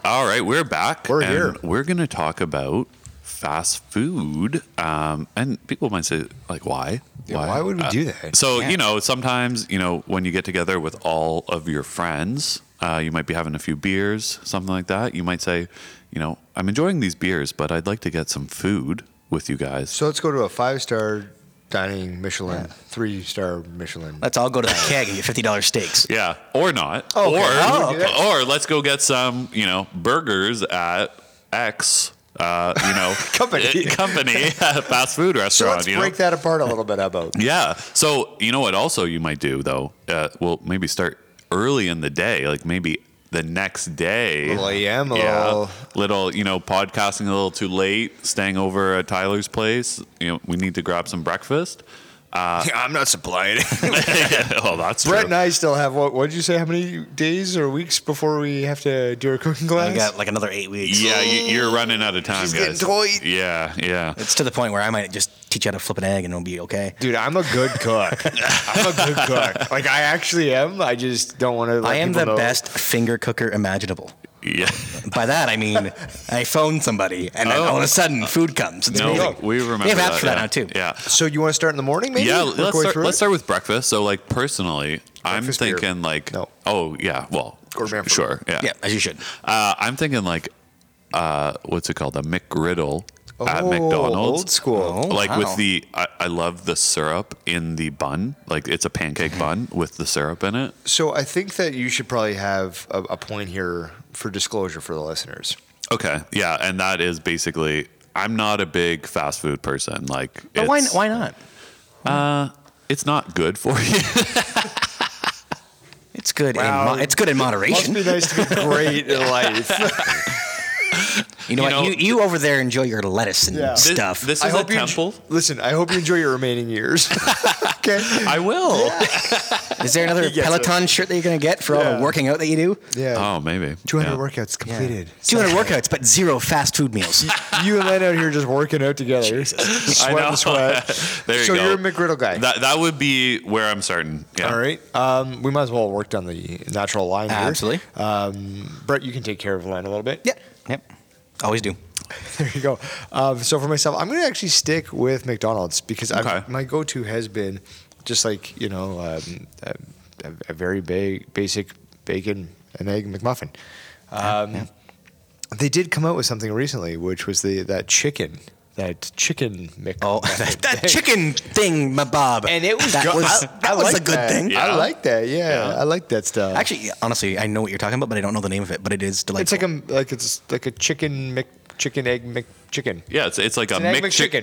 [SPEAKER 1] All right, we're back.
[SPEAKER 2] We're
[SPEAKER 1] and
[SPEAKER 2] here.
[SPEAKER 1] We're going to talk about fast food. Um, and people might say, like, why?
[SPEAKER 2] Yeah, why would we do that?
[SPEAKER 1] So,
[SPEAKER 3] Yeah.
[SPEAKER 1] you know, sometimes, you know, when you get together with all of your friends, uh, you might be having a few beers, something like that. You might say, you know, I'm enjoying these beers, but I'd like to get some food with you guys.
[SPEAKER 2] So let's go to a five star dining Michelin, three star Michelin.
[SPEAKER 3] Let's all go to the keg and get $50 steaks.
[SPEAKER 1] yeah, or not.
[SPEAKER 2] Oh, okay.
[SPEAKER 1] Or,
[SPEAKER 2] Oh, okay.
[SPEAKER 1] or let's go get some, you know, burgers at X. Uh, you know,
[SPEAKER 2] Company.
[SPEAKER 1] company, fast food restaurant.
[SPEAKER 2] So let's
[SPEAKER 1] you know?
[SPEAKER 2] break that apart a little bit. How about
[SPEAKER 1] Yeah. So you know what? Also, you might do though. Uh, well, maybe start early in the day, like maybe the next day.
[SPEAKER 2] Little AM, a
[SPEAKER 1] yeah.
[SPEAKER 2] little-
[SPEAKER 1] Little, you know, podcasting a little too late, staying over at Tyler's place. You know, we need to grab some breakfast.
[SPEAKER 2] I'm not supplying it.
[SPEAKER 1] oh, that's
[SPEAKER 2] Brett
[SPEAKER 1] true.
[SPEAKER 2] and I still have what? What did you say? How many days or weeks before we have to do our cooking class?
[SPEAKER 3] I got like another eight weeks.
[SPEAKER 1] Yeah, you, you're running out of time,
[SPEAKER 2] She's getting
[SPEAKER 1] guys.
[SPEAKER 2] tight.
[SPEAKER 1] Yeah, yeah.
[SPEAKER 3] It's to the point where I might just teach you how to flip an egg and it'll be okay.
[SPEAKER 2] Dude, I'm a good cook. I'm a good cook. Like I actually am. I just don't want to.
[SPEAKER 3] I am the best finger cooker imaginable.
[SPEAKER 1] Yeah.
[SPEAKER 3] By that I mean I phone somebody and then
[SPEAKER 1] Oh.
[SPEAKER 3] all of a sudden food comes. It's
[SPEAKER 1] No,
[SPEAKER 3] amazing.
[SPEAKER 1] we remember
[SPEAKER 3] They have
[SPEAKER 1] that,
[SPEAKER 3] apps for
[SPEAKER 1] yeah.
[SPEAKER 3] now too.
[SPEAKER 1] Yeah.
[SPEAKER 2] So you want to start in the morning, maybe?
[SPEAKER 1] Yeah,
[SPEAKER 2] Work
[SPEAKER 1] let's
[SPEAKER 2] our way
[SPEAKER 1] start,
[SPEAKER 2] through
[SPEAKER 1] let's
[SPEAKER 2] it?
[SPEAKER 1] start with breakfast. So, like, personally, I'm
[SPEAKER 2] Breakfast beer.
[SPEAKER 1] thinking, like,
[SPEAKER 2] No.
[SPEAKER 1] oh, yeah, well,
[SPEAKER 2] Gordon Ramsay.
[SPEAKER 1] sure. Yeah.
[SPEAKER 3] Yeah, as you should.
[SPEAKER 1] Uh, I'm thinking, like, uh, what's it called? A McGriddle at
[SPEAKER 2] Oh,
[SPEAKER 1] McDonald's.
[SPEAKER 2] Old school.
[SPEAKER 3] Oh.
[SPEAKER 1] like
[SPEAKER 3] wow.
[SPEAKER 1] with the, I, I love the syrup in the bun. Like, it's a
[SPEAKER 2] Mm-hmm.
[SPEAKER 1] pancake bun with the syrup in it.
[SPEAKER 2] So I think that you should probably have a, a point here for disclosure for the listeners.
[SPEAKER 1] Okay. Yeah. And that is basically, I'm not a big fast food person. Like,
[SPEAKER 3] But why
[SPEAKER 1] it's- Uh,
[SPEAKER 3] why not?
[SPEAKER 1] It's not good for you.
[SPEAKER 3] It's good
[SPEAKER 2] Wow.
[SPEAKER 3] in mo- it's good in
[SPEAKER 2] Must
[SPEAKER 3] moderation.
[SPEAKER 2] be nice to be great in life.
[SPEAKER 3] You
[SPEAKER 1] You
[SPEAKER 3] know what?
[SPEAKER 1] know-
[SPEAKER 3] you, you over there enjoy your lettuce and
[SPEAKER 2] Yeah. Thi-
[SPEAKER 3] stuff.
[SPEAKER 1] This, this
[SPEAKER 2] I
[SPEAKER 1] is a
[SPEAKER 2] hope you en-
[SPEAKER 1] temple.
[SPEAKER 2] Listen, I hope you enjoy your remaining years. okay.
[SPEAKER 1] I will.
[SPEAKER 3] is there another
[SPEAKER 2] gets
[SPEAKER 3] Peloton shirt that you're going to get for all
[SPEAKER 2] Yeah.
[SPEAKER 3] the working out that you do?
[SPEAKER 2] Yeah.
[SPEAKER 1] Oh, maybe.
[SPEAKER 2] 200
[SPEAKER 1] Yeah.
[SPEAKER 2] workouts completed.
[SPEAKER 3] 200 workouts, but zero fast food meals.
[SPEAKER 2] You and Len out here just working out together.
[SPEAKER 1] I
[SPEAKER 2] Sweat
[SPEAKER 1] know.
[SPEAKER 2] and sweat.
[SPEAKER 1] there you
[SPEAKER 2] so
[SPEAKER 1] go.
[SPEAKER 2] you're a McGriddle guy.
[SPEAKER 1] That that would be where I'm starting. Yeah.
[SPEAKER 2] All right. Um, we might as well work down the natural line here.
[SPEAKER 3] Absolutely.
[SPEAKER 2] Um, Brett, you can take care of Len a little bit.
[SPEAKER 3] yeah. Yep. Always do.
[SPEAKER 2] There you go. Um, so for myself, I'm going to actually stick with McDonald's because I've,
[SPEAKER 1] Okay.
[SPEAKER 2] my go-to has been just like you know um, a, a- a very ba- basic bacon and egg McMuffin. Um, They did come out with something recently, which was the that chicken that chicken McMuffin.
[SPEAKER 3] Oh, that, that chicken thing, my Bob.
[SPEAKER 2] And it was
[SPEAKER 3] that
[SPEAKER 2] go-
[SPEAKER 3] was,
[SPEAKER 2] I-
[SPEAKER 3] that
[SPEAKER 2] I
[SPEAKER 3] was a
[SPEAKER 2] like
[SPEAKER 3] good
[SPEAKER 2] that.
[SPEAKER 3] thing.
[SPEAKER 1] Yeah.
[SPEAKER 2] I like that. Yeah,
[SPEAKER 1] Yeah.
[SPEAKER 2] I like that stuff.
[SPEAKER 3] Actually, honestly, I know what you're talking about, but I don't know the name of it. But it is
[SPEAKER 2] it's
[SPEAKER 3] delightful.
[SPEAKER 2] like a like it's like a chicken Mc chicken egg McChicken.
[SPEAKER 1] Yeah, it's it's like
[SPEAKER 2] an
[SPEAKER 1] a
[SPEAKER 2] egg
[SPEAKER 1] McChicken.
[SPEAKER 2] McChicken.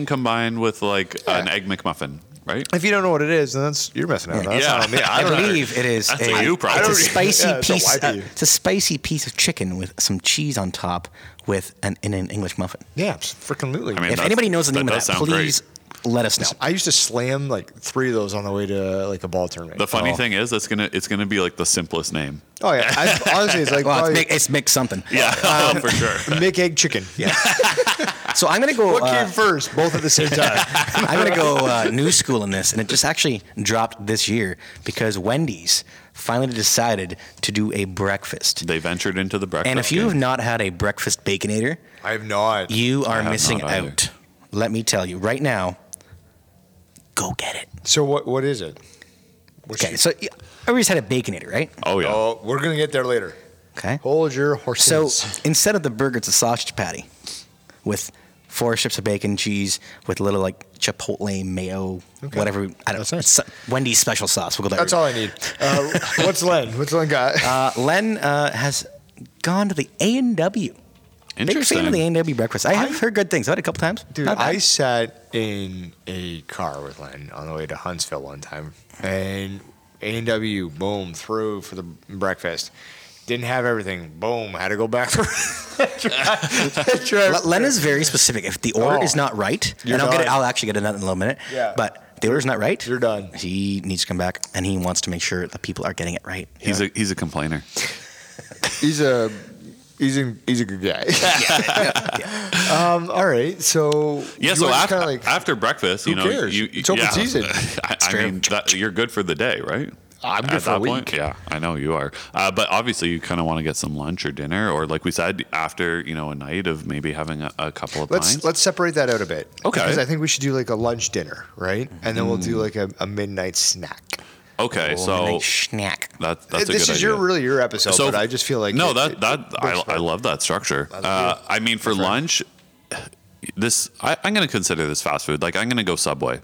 [SPEAKER 1] McChicken combined with like
[SPEAKER 2] Yeah.
[SPEAKER 1] an egg McMuffin, right?
[SPEAKER 2] If you don't know what it is, then that's you're messing up. That's
[SPEAKER 1] Yeah.
[SPEAKER 2] not on me. I
[SPEAKER 3] I
[SPEAKER 2] don't know.
[SPEAKER 3] believe it is.
[SPEAKER 1] That's
[SPEAKER 3] a,
[SPEAKER 1] a you problem.
[SPEAKER 3] It's a
[SPEAKER 1] I don't-
[SPEAKER 3] spicy
[SPEAKER 2] yeah, it's a
[SPEAKER 3] piece.
[SPEAKER 2] YP.
[SPEAKER 3] uh, it's a spicy piece of chicken with some cheese on top, with an in an English muffin.
[SPEAKER 2] Yeah, freaking lutely.
[SPEAKER 1] I mean,
[SPEAKER 3] if
[SPEAKER 1] that's-
[SPEAKER 3] anybody knows the
[SPEAKER 1] that
[SPEAKER 3] name
[SPEAKER 1] does
[SPEAKER 3] of that,
[SPEAKER 1] sound great.
[SPEAKER 3] please let us know.
[SPEAKER 2] I used to slam like three of those on the way to like a ball tournament.
[SPEAKER 1] The funny
[SPEAKER 3] Oh.
[SPEAKER 1] thing is, that's gonna it's gonna be like the simplest name.
[SPEAKER 2] oh yeah, I, honestly, it's like
[SPEAKER 3] Well, it's
[SPEAKER 2] probably
[SPEAKER 3] Mick, it's Mick something.
[SPEAKER 1] Yeah, Oh, for sure.
[SPEAKER 2] Mick egg chicken. Yeah.
[SPEAKER 3] So I'm gonna go.
[SPEAKER 2] What
[SPEAKER 3] uh,
[SPEAKER 2] came first? Both at the same time.
[SPEAKER 3] I'm gonna go uh, new school in this, and it just actually dropped this year because Wendy's finally decided to do a breakfast.
[SPEAKER 1] They ventured into the breakfast.
[SPEAKER 3] And if you have
[SPEAKER 1] game.
[SPEAKER 3] not had a breakfast baconator,
[SPEAKER 2] I have not.
[SPEAKER 3] you are
[SPEAKER 1] have
[SPEAKER 3] missing
[SPEAKER 1] not either.
[SPEAKER 3] out. Let me tell you right now. Go get it.
[SPEAKER 2] So what? What is it? What's
[SPEAKER 3] Okay,
[SPEAKER 2] it-
[SPEAKER 3] so yeah, everybody's had a baconator, right?
[SPEAKER 1] oh yeah,
[SPEAKER 2] Oh, we're gonna get there later.
[SPEAKER 3] Okay.
[SPEAKER 2] Hold your
[SPEAKER 3] So
[SPEAKER 2] horses.
[SPEAKER 3] instead of the burger, it's a sausage patty with four strips of bacon, cheese, with a little like chipotle mayo,
[SPEAKER 2] Okay.
[SPEAKER 3] whatever. I don't
[SPEAKER 2] That's
[SPEAKER 3] know.
[SPEAKER 2] nice.
[SPEAKER 3] so- Wendy's special sauce. We'll go that
[SPEAKER 2] that's
[SPEAKER 3] route.
[SPEAKER 2] all I need. Uh, what's Len? What's Len got?
[SPEAKER 3] Uh, Len uh, has gone to the A and W. Big fan
[SPEAKER 1] interesting.
[SPEAKER 3] of the A and W breakfast. I have heard good things. I had it a couple times.
[SPEAKER 2] Dude,
[SPEAKER 3] Not bad.
[SPEAKER 2] I sat in a car with Len on the way to Huntsville one time, and A and W boom through for the breakfast. Didn't have everything. Boom, had to go back. For
[SPEAKER 3] L- Len is very specific. If the order
[SPEAKER 2] Oh.
[SPEAKER 3] is not right,
[SPEAKER 2] You're
[SPEAKER 3] and I'll get it.
[SPEAKER 2] done.
[SPEAKER 3] I'll actually get another in a little minute.
[SPEAKER 2] Yeah.
[SPEAKER 3] But if the order's not right.
[SPEAKER 2] You're done.
[SPEAKER 3] He needs to come back, and he wants to make sure that people are getting it right.
[SPEAKER 1] He's a he's a complainer.
[SPEAKER 2] He's a he's a he's a good guy. Um, all right, so
[SPEAKER 1] Yeah,
[SPEAKER 2] you
[SPEAKER 1] so
[SPEAKER 2] were just
[SPEAKER 1] after,
[SPEAKER 2] kinda like,
[SPEAKER 1] after breakfast, you
[SPEAKER 2] who
[SPEAKER 1] know,
[SPEAKER 2] cares?
[SPEAKER 1] you
[SPEAKER 2] It's open
[SPEAKER 1] yeah.
[SPEAKER 2] season.
[SPEAKER 1] I, I
[SPEAKER 3] true.
[SPEAKER 1] mean, that, you're good for the day, right?
[SPEAKER 2] I'm good
[SPEAKER 1] At
[SPEAKER 2] for a
[SPEAKER 1] that point?
[SPEAKER 2] week.
[SPEAKER 1] Yeah, I know you are. Uh, but obviously, you kind of want to get some lunch or dinner, or like we said, after you know a night of maybe having a, a couple of
[SPEAKER 2] let's
[SPEAKER 1] pints.
[SPEAKER 2] let's separate that out a bit.
[SPEAKER 1] Okay.
[SPEAKER 2] because I think we should do like a lunch dinner, right? And then we'll do like a, a midnight snack.
[SPEAKER 1] okay, so
[SPEAKER 3] Overnight snack.
[SPEAKER 1] that, that's a
[SPEAKER 2] this
[SPEAKER 1] good
[SPEAKER 2] is
[SPEAKER 1] idea.
[SPEAKER 2] your really your episode, but I just feel like
[SPEAKER 1] no,
[SPEAKER 2] it-
[SPEAKER 1] that
[SPEAKER 2] it-
[SPEAKER 1] that
[SPEAKER 2] it works
[SPEAKER 1] I,
[SPEAKER 2] for
[SPEAKER 1] I
[SPEAKER 2] it.
[SPEAKER 1] love that structure.
[SPEAKER 2] That's
[SPEAKER 1] Uh,
[SPEAKER 2] good.
[SPEAKER 1] I mean, for
[SPEAKER 2] Different.
[SPEAKER 1] lunch, this I, I'm going to consider this fast food. Like I'm going to go Subway.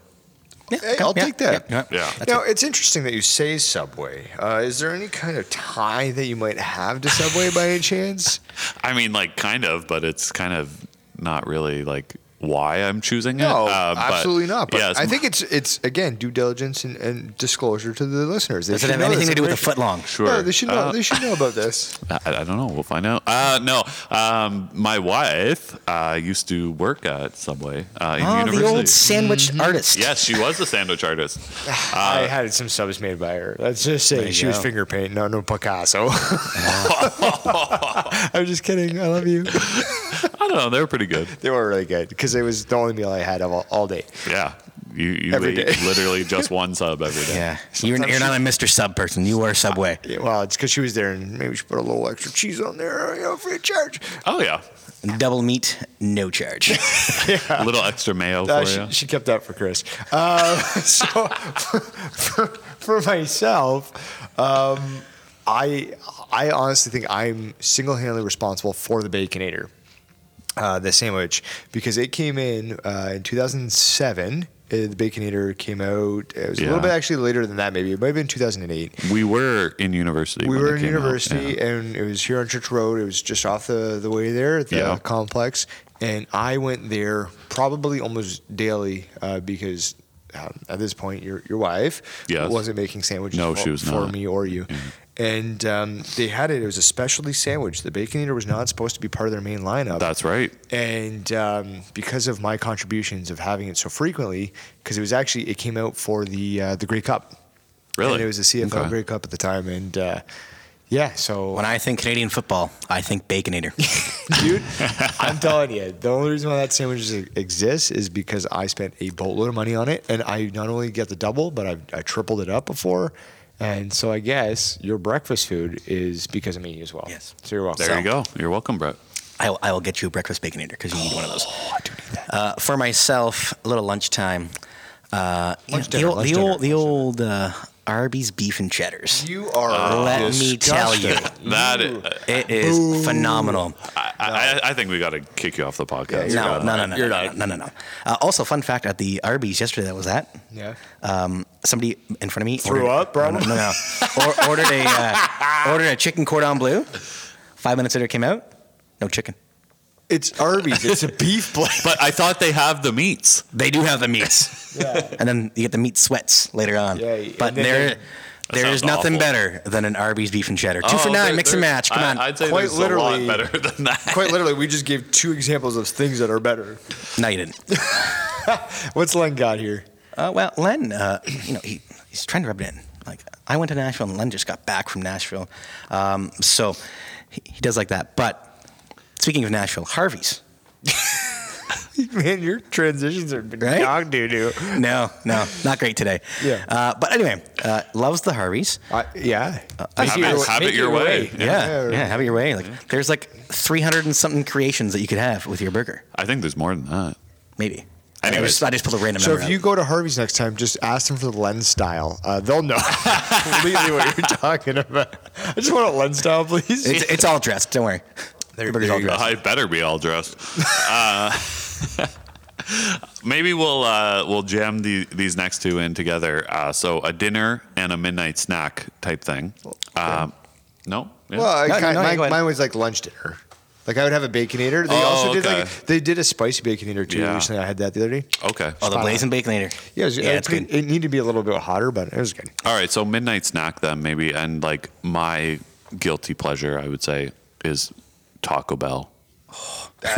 [SPEAKER 3] Yeah,
[SPEAKER 2] Hey, I'll take that.
[SPEAKER 1] Yeah.
[SPEAKER 3] That's
[SPEAKER 2] Now, it's interesting that you say Subway. Uh, is there any kind of tie that you might have to Subway by any chance?
[SPEAKER 1] I mean, like kind of, but it's kind of not really like why I'm choosing it.
[SPEAKER 2] No,
[SPEAKER 1] Uh, but-
[SPEAKER 2] absolutely not. But
[SPEAKER 1] yeah, it's-
[SPEAKER 2] I think it's it's again due diligence and, and disclosure to the listeners. They
[SPEAKER 3] Does it
[SPEAKER 2] should
[SPEAKER 3] have
[SPEAKER 2] know
[SPEAKER 3] anything
[SPEAKER 2] this
[SPEAKER 3] to do with the
[SPEAKER 2] information.
[SPEAKER 3] foot long?
[SPEAKER 1] sure. Uh,
[SPEAKER 2] No, they should know. they should know about this.
[SPEAKER 1] I, I don't know. We'll find out. Uh, no, um, my wife uh, used to work at Subway uh, in
[SPEAKER 2] Ah,
[SPEAKER 3] Oh,
[SPEAKER 1] university.
[SPEAKER 3] the old sandwich
[SPEAKER 2] Mm-hmm.
[SPEAKER 3] artist.
[SPEAKER 1] yes, she was a sandwich artist. uh,
[SPEAKER 2] I had some subs made by her. Let's just say
[SPEAKER 3] you
[SPEAKER 2] she was
[SPEAKER 3] go.
[SPEAKER 2] finger painting. No, no Picasso. I'm just kidding. I love you.
[SPEAKER 1] I don't know. They were pretty good.
[SPEAKER 2] They were really good because it was the only meal I had of all, all day.
[SPEAKER 1] Yeah. You, you
[SPEAKER 2] Every
[SPEAKER 1] ate
[SPEAKER 2] day.
[SPEAKER 1] literally just one sub every day.
[SPEAKER 3] Yeah. You're,
[SPEAKER 2] Sometimes
[SPEAKER 3] you're not a Mr. Sub person. You are Subway.
[SPEAKER 2] Yeah, well, it's because she was there, and maybe she put a little extra cheese on there, you know, free of charge.
[SPEAKER 1] Oh, yeah.
[SPEAKER 3] Double meat, no charge.
[SPEAKER 1] A little extra mayo
[SPEAKER 2] Uh,
[SPEAKER 1] for
[SPEAKER 2] she,
[SPEAKER 1] you.
[SPEAKER 2] she kept that for Chris. Uh, so for, for, for myself, um, I I honestly think I'm single-handedly responsible for the Baconator, uh, the sandwich, because it came in uh, in 2007. Uh, the Baconator came out. It was a
[SPEAKER 1] Yeah.
[SPEAKER 2] little bit actually later than that. Maybe it might have been 2008.
[SPEAKER 1] we were in university.
[SPEAKER 2] We
[SPEAKER 1] when it
[SPEAKER 2] were in
[SPEAKER 1] came out,
[SPEAKER 2] university,
[SPEAKER 1] yeah.
[SPEAKER 2] and it was here on Church Road. It was just off the, the way there at the
[SPEAKER 1] Yeah.
[SPEAKER 2] complex. And I went there probably almost daily uh, because um, at this point, your your wife
[SPEAKER 1] Yes.
[SPEAKER 2] wasn't making sandwiches
[SPEAKER 1] No,
[SPEAKER 2] for,
[SPEAKER 1] she was
[SPEAKER 2] for
[SPEAKER 1] not. Mm-hmm.
[SPEAKER 2] me or you. And um, they had it. It was a specialty sandwich. The Bacon Eater was not supposed to be part of their main lineup.
[SPEAKER 1] That's right.
[SPEAKER 2] and um, because of my contributions of having it so frequently, because it was actually it came out for the uh, the Grey Cup.
[SPEAKER 1] Really?
[SPEAKER 2] And it was a CFL
[SPEAKER 1] Okay.
[SPEAKER 2] Grey Cup at the time, and uh, yeah. So
[SPEAKER 3] when I think Canadian football, I think Baconator.
[SPEAKER 2] dude, I'm telling you, the only reason why that sandwich e- exists is because I spent a boatload of money on it, and I not only get the double, but I've, I tripled it up before. And so I guess your breakfast food is because of me as well.
[SPEAKER 3] Yes.
[SPEAKER 2] So you're welcome.
[SPEAKER 1] There you go. You're welcome, Brett.
[SPEAKER 3] I will, I will get you a breakfast baconator because you need one of those. Uh, for myself, a little lunchtime. Uh, you
[SPEAKER 2] Lunch dinner,
[SPEAKER 3] know, the old,
[SPEAKER 2] lunch
[SPEAKER 3] the
[SPEAKER 2] dinner,
[SPEAKER 3] old, the old uh, Arby's beef and cheddars.
[SPEAKER 2] You are.
[SPEAKER 3] Let me tell you.
[SPEAKER 2] disgusting.
[SPEAKER 1] That
[SPEAKER 2] Ooh.
[SPEAKER 3] It is phenomenal.
[SPEAKER 1] I, I, I think we got to kick you off the podcast.
[SPEAKER 2] you're
[SPEAKER 3] No,
[SPEAKER 2] not.
[SPEAKER 3] no, no, no,
[SPEAKER 2] You're
[SPEAKER 3] no,
[SPEAKER 2] not.
[SPEAKER 3] no, no, no. Uh, also, fun fact at the Arby's yesterday that was at.
[SPEAKER 2] Yeah.
[SPEAKER 3] Um, somebody in front of me
[SPEAKER 2] Threw
[SPEAKER 3] ordered-
[SPEAKER 2] up, bro?
[SPEAKER 3] No, no, no. or, ordered a uh, ordered a chicken cordon bleu. Five minutes later, it came out. No chicken.
[SPEAKER 2] It's Arby's. It's a beef place.
[SPEAKER 1] But I thought they have the meats.
[SPEAKER 3] They do have the meats.
[SPEAKER 2] Yeah.
[SPEAKER 3] And then you get the meat sweats later on.
[SPEAKER 2] Yeah, and
[SPEAKER 3] but
[SPEAKER 2] then
[SPEAKER 3] there,
[SPEAKER 2] they-
[SPEAKER 1] That
[SPEAKER 3] there is
[SPEAKER 1] sounds
[SPEAKER 3] nothing
[SPEAKER 1] awful.
[SPEAKER 3] better than an Arby's beef and cheddar. Two
[SPEAKER 2] Oh,
[SPEAKER 1] Two
[SPEAKER 3] for nine, mix and match. Come on.
[SPEAKER 1] I'd say
[SPEAKER 2] Quite
[SPEAKER 1] there's
[SPEAKER 2] literally-
[SPEAKER 1] a lot better than that.
[SPEAKER 2] Quite literally, we just gave two examples of things that are better.
[SPEAKER 3] no, you didn't.
[SPEAKER 2] What's Len got here?
[SPEAKER 3] Uh, well, Len, uh, you know, he, he's trying to rub it in. Like, I went to Nashville and Len just got back from Nashville. Um, so he, he does like that. But speaking of Nashville, Harvey's.
[SPEAKER 2] Man, your transitions are been
[SPEAKER 3] Right?
[SPEAKER 2] dog doo doo.
[SPEAKER 3] No, no, not great today.
[SPEAKER 2] Yeah.
[SPEAKER 3] Uh, but anyway, uh, loves the Harvey's.
[SPEAKER 2] Yeah.
[SPEAKER 1] Have it- have it your way.
[SPEAKER 3] Yeah, yeah, have it your way. Like, there's like 300 and something creations that you could have with your burger.
[SPEAKER 1] I think there's more than that.
[SPEAKER 3] Maybe. I
[SPEAKER 1] Anyways.
[SPEAKER 3] just, I just pulled a random
[SPEAKER 2] So
[SPEAKER 3] number
[SPEAKER 2] if you
[SPEAKER 3] out.
[SPEAKER 2] go to Harvey's next time, just ask them for the lens style. Uh, they'll know completely what you're talking about. I just want a lens style, please.
[SPEAKER 3] It's, it's all dressed. Don't worry. Your burger's
[SPEAKER 2] there
[SPEAKER 3] all
[SPEAKER 2] you go.
[SPEAKER 3] dressed.
[SPEAKER 1] I better be all dressed. uh, maybe we'll uh, we'll jam the, these next two in together. Uh, so a dinner and a midnight snack type thing. Um, no. Yeah.
[SPEAKER 2] well, I
[SPEAKER 3] No,
[SPEAKER 2] kind-
[SPEAKER 3] no, you
[SPEAKER 2] mine-
[SPEAKER 3] go ahead.
[SPEAKER 2] mine was like lunch dinner. Like I would have a baconator. They
[SPEAKER 1] Oh,
[SPEAKER 2] also did
[SPEAKER 1] okay.
[SPEAKER 2] like they did a spicy baconator too
[SPEAKER 1] Yeah.
[SPEAKER 2] recently. I had that the other day.
[SPEAKER 1] okay.
[SPEAKER 3] Oh, the blazing bacon later.
[SPEAKER 2] Yeah, it, was,
[SPEAKER 3] yeah,
[SPEAKER 2] it
[SPEAKER 3] it's
[SPEAKER 2] pretty-
[SPEAKER 3] good.
[SPEAKER 2] it needed to be a little bit hotter, but it was good.
[SPEAKER 1] All right, so midnight snack then maybe, and like my guilty pleasure, I would say, is Taco Bell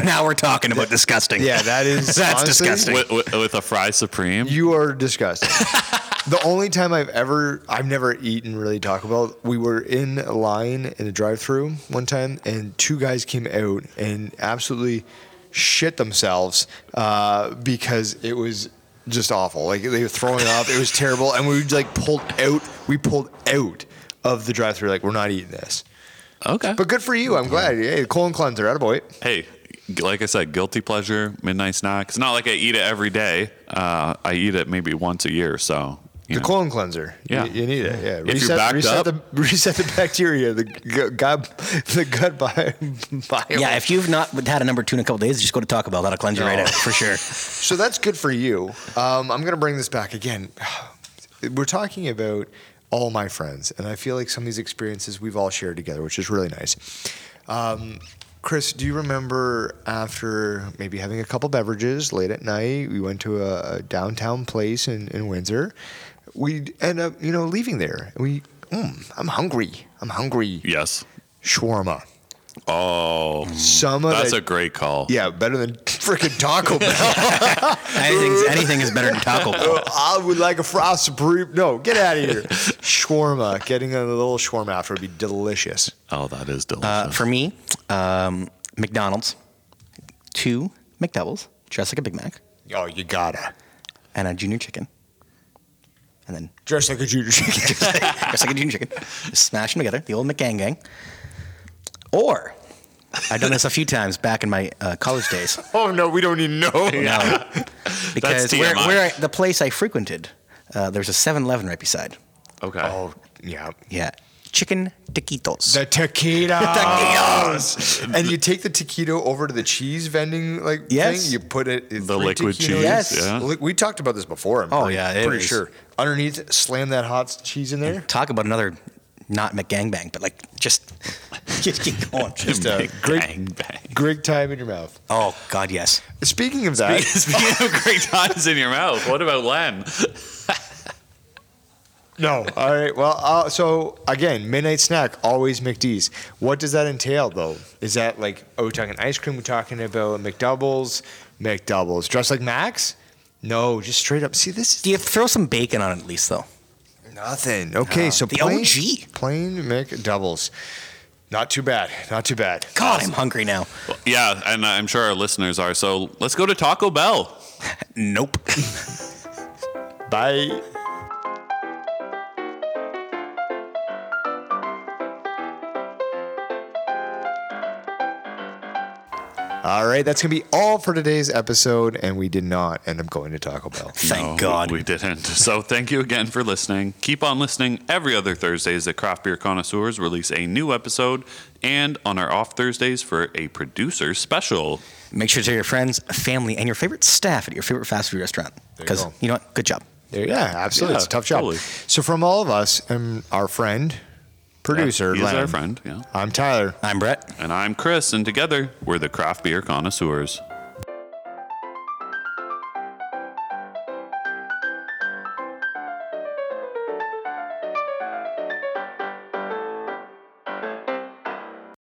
[SPEAKER 3] now we're talking about disgusting.
[SPEAKER 2] Yeah, that is
[SPEAKER 3] That's
[SPEAKER 2] honestly-
[SPEAKER 3] disgusting.
[SPEAKER 1] with, with, with a fry supreme.
[SPEAKER 2] You are disgusting. the only time I've ever, I've never eaten really Taco Bell. We were in a line in a drive-through one time, and two guys came out and absolutely shit themselves uh, because it was just awful. Like they were throwing up. It was terrible, and we like pulled out. We pulled out of the drive-through. Like we're not eating this.
[SPEAKER 1] okay,
[SPEAKER 2] But good for you. I'm glad. Hey, colon cleanser, out of boy.
[SPEAKER 1] hey, like I said, guilty pleasure, midnight snack. It's not like I eat it every day. Uh, I eat it maybe once a year. So you
[SPEAKER 2] The
[SPEAKER 1] know.
[SPEAKER 2] colon cleanser.
[SPEAKER 1] Yeah.
[SPEAKER 2] You, you need it. Yeah.
[SPEAKER 1] you're backed up-
[SPEAKER 2] reset the reset the bacteria, the gu- gut the gut bi- biome.
[SPEAKER 3] Yeah, if you've not had a number two in a couple days, just go to Taco Bell. That'll cleanse you right out for sure.
[SPEAKER 2] so that's good for you. Um, I'm gonna bring this back again. We're talking about all my friends, and I feel like some of these experiences we've all shared together, which is really nice. Um, Chris, do you remember after maybe having a couple beverages late at night, we went to a, a downtown place in, in Windsor. We'd end up, you know, leaving there. We, mm, I'm hungry. I'm hungry.
[SPEAKER 1] yes,
[SPEAKER 2] Shawarma.
[SPEAKER 1] oh,
[SPEAKER 2] Some of
[SPEAKER 1] that's
[SPEAKER 2] the-
[SPEAKER 1] a great call.
[SPEAKER 2] yeah, better than freaking Taco Bell.
[SPEAKER 3] Anything's, anything is better than Taco Bell.
[SPEAKER 2] Oh, I would like a fry supreme. No, get out of here. shawarma. Getting a little shawarma after would be delicious. Uh,
[SPEAKER 1] Oh, that is delicious.
[SPEAKER 3] Uh, for me, um, McDonald's. two McDoubles, dressed like a Big Mac,
[SPEAKER 2] Oh, you gotta.
[SPEAKER 3] and a junior chicken. And then
[SPEAKER 2] Dress like a junior chicken.
[SPEAKER 3] just like, just like a junior chicken. Just smash them together, the old McGang gang. Or, I've done this a few times back in my uh, college days.
[SPEAKER 2] oh, no, we don't even know.
[SPEAKER 3] No. Because where,
[SPEAKER 1] TMI.
[SPEAKER 3] where I, the place I frequented, uh, there was a 7 Eleven right beside.
[SPEAKER 1] Okay.
[SPEAKER 2] Oh, yeah.
[SPEAKER 3] Yeah. Chicken taquitos.
[SPEAKER 2] The taquitos.
[SPEAKER 3] Taquitos.
[SPEAKER 2] and you take the taquito over to the cheese vending like
[SPEAKER 3] Yes.
[SPEAKER 2] thing. You put it in
[SPEAKER 1] The
[SPEAKER 2] three
[SPEAKER 1] liquid
[SPEAKER 2] taquitos.
[SPEAKER 1] cheese,
[SPEAKER 3] Yes.
[SPEAKER 1] yeah.
[SPEAKER 2] Li- We talked about this before. I'm
[SPEAKER 3] Oh,
[SPEAKER 2] pretty,
[SPEAKER 3] yeah, it
[SPEAKER 2] pretty
[SPEAKER 3] is.
[SPEAKER 2] sure. Underneath, slam that hot cheese in there.
[SPEAKER 3] Talk about another not McGangbang, but like just, just keep going.
[SPEAKER 2] Just
[SPEAKER 1] uh,
[SPEAKER 2] a
[SPEAKER 1] bang,
[SPEAKER 2] great,
[SPEAKER 1] bang.
[SPEAKER 2] great time in your mouth.
[SPEAKER 3] Oh, God, yes.
[SPEAKER 2] Speaking of that,
[SPEAKER 1] Speaking of great times in your mouth, what about Len?
[SPEAKER 2] no. All right. Well, uh, so again, midnight snack always McD's. What does that entail, though? Is that like oh, we're talking ice cream? We're talking about McDoubles, McDoubles, dressed like Max? No, just straight up. See, this is
[SPEAKER 3] Do you throw some bacon on it at least, though?
[SPEAKER 2] Nothing. Okay,
[SPEAKER 3] No.
[SPEAKER 2] so
[SPEAKER 3] The
[SPEAKER 2] plain,
[SPEAKER 3] OG.
[SPEAKER 2] plain McDoubles. Not too bad. Not too bad.
[SPEAKER 3] God, I'm hungry now.
[SPEAKER 1] Yeah, and I'm sure our listeners are. So let's go to Taco Bell.
[SPEAKER 3] Nope.
[SPEAKER 2] Bye. All right, that's gonna be all for today's episode, and we did not end up going to Taco Bell.
[SPEAKER 3] Thank
[SPEAKER 1] No,
[SPEAKER 3] God.
[SPEAKER 1] We didn't. So thank you again for listening. Keep on listening every other Thursdays that Craft Beer Connoisseurs release a new episode and on our off Thursdays for a producer special.
[SPEAKER 3] Make sure to tell your friends, family, and your favorite staff at your favorite fast food restaurant.
[SPEAKER 2] you
[SPEAKER 3] Because
[SPEAKER 2] go.
[SPEAKER 3] you know what? Good job.
[SPEAKER 2] There- yeah, absolutely. it's a
[SPEAKER 1] Yeah,
[SPEAKER 2] tough job.
[SPEAKER 1] totally.
[SPEAKER 2] So from all of us and our friend, producer,
[SPEAKER 1] He's our
[SPEAKER 2] Len,
[SPEAKER 1] friend, yeah.
[SPEAKER 2] I'm Tyler.
[SPEAKER 3] I'm Brett.
[SPEAKER 1] And I'm Chris, and together we're the Craft Beer Connoisseurs.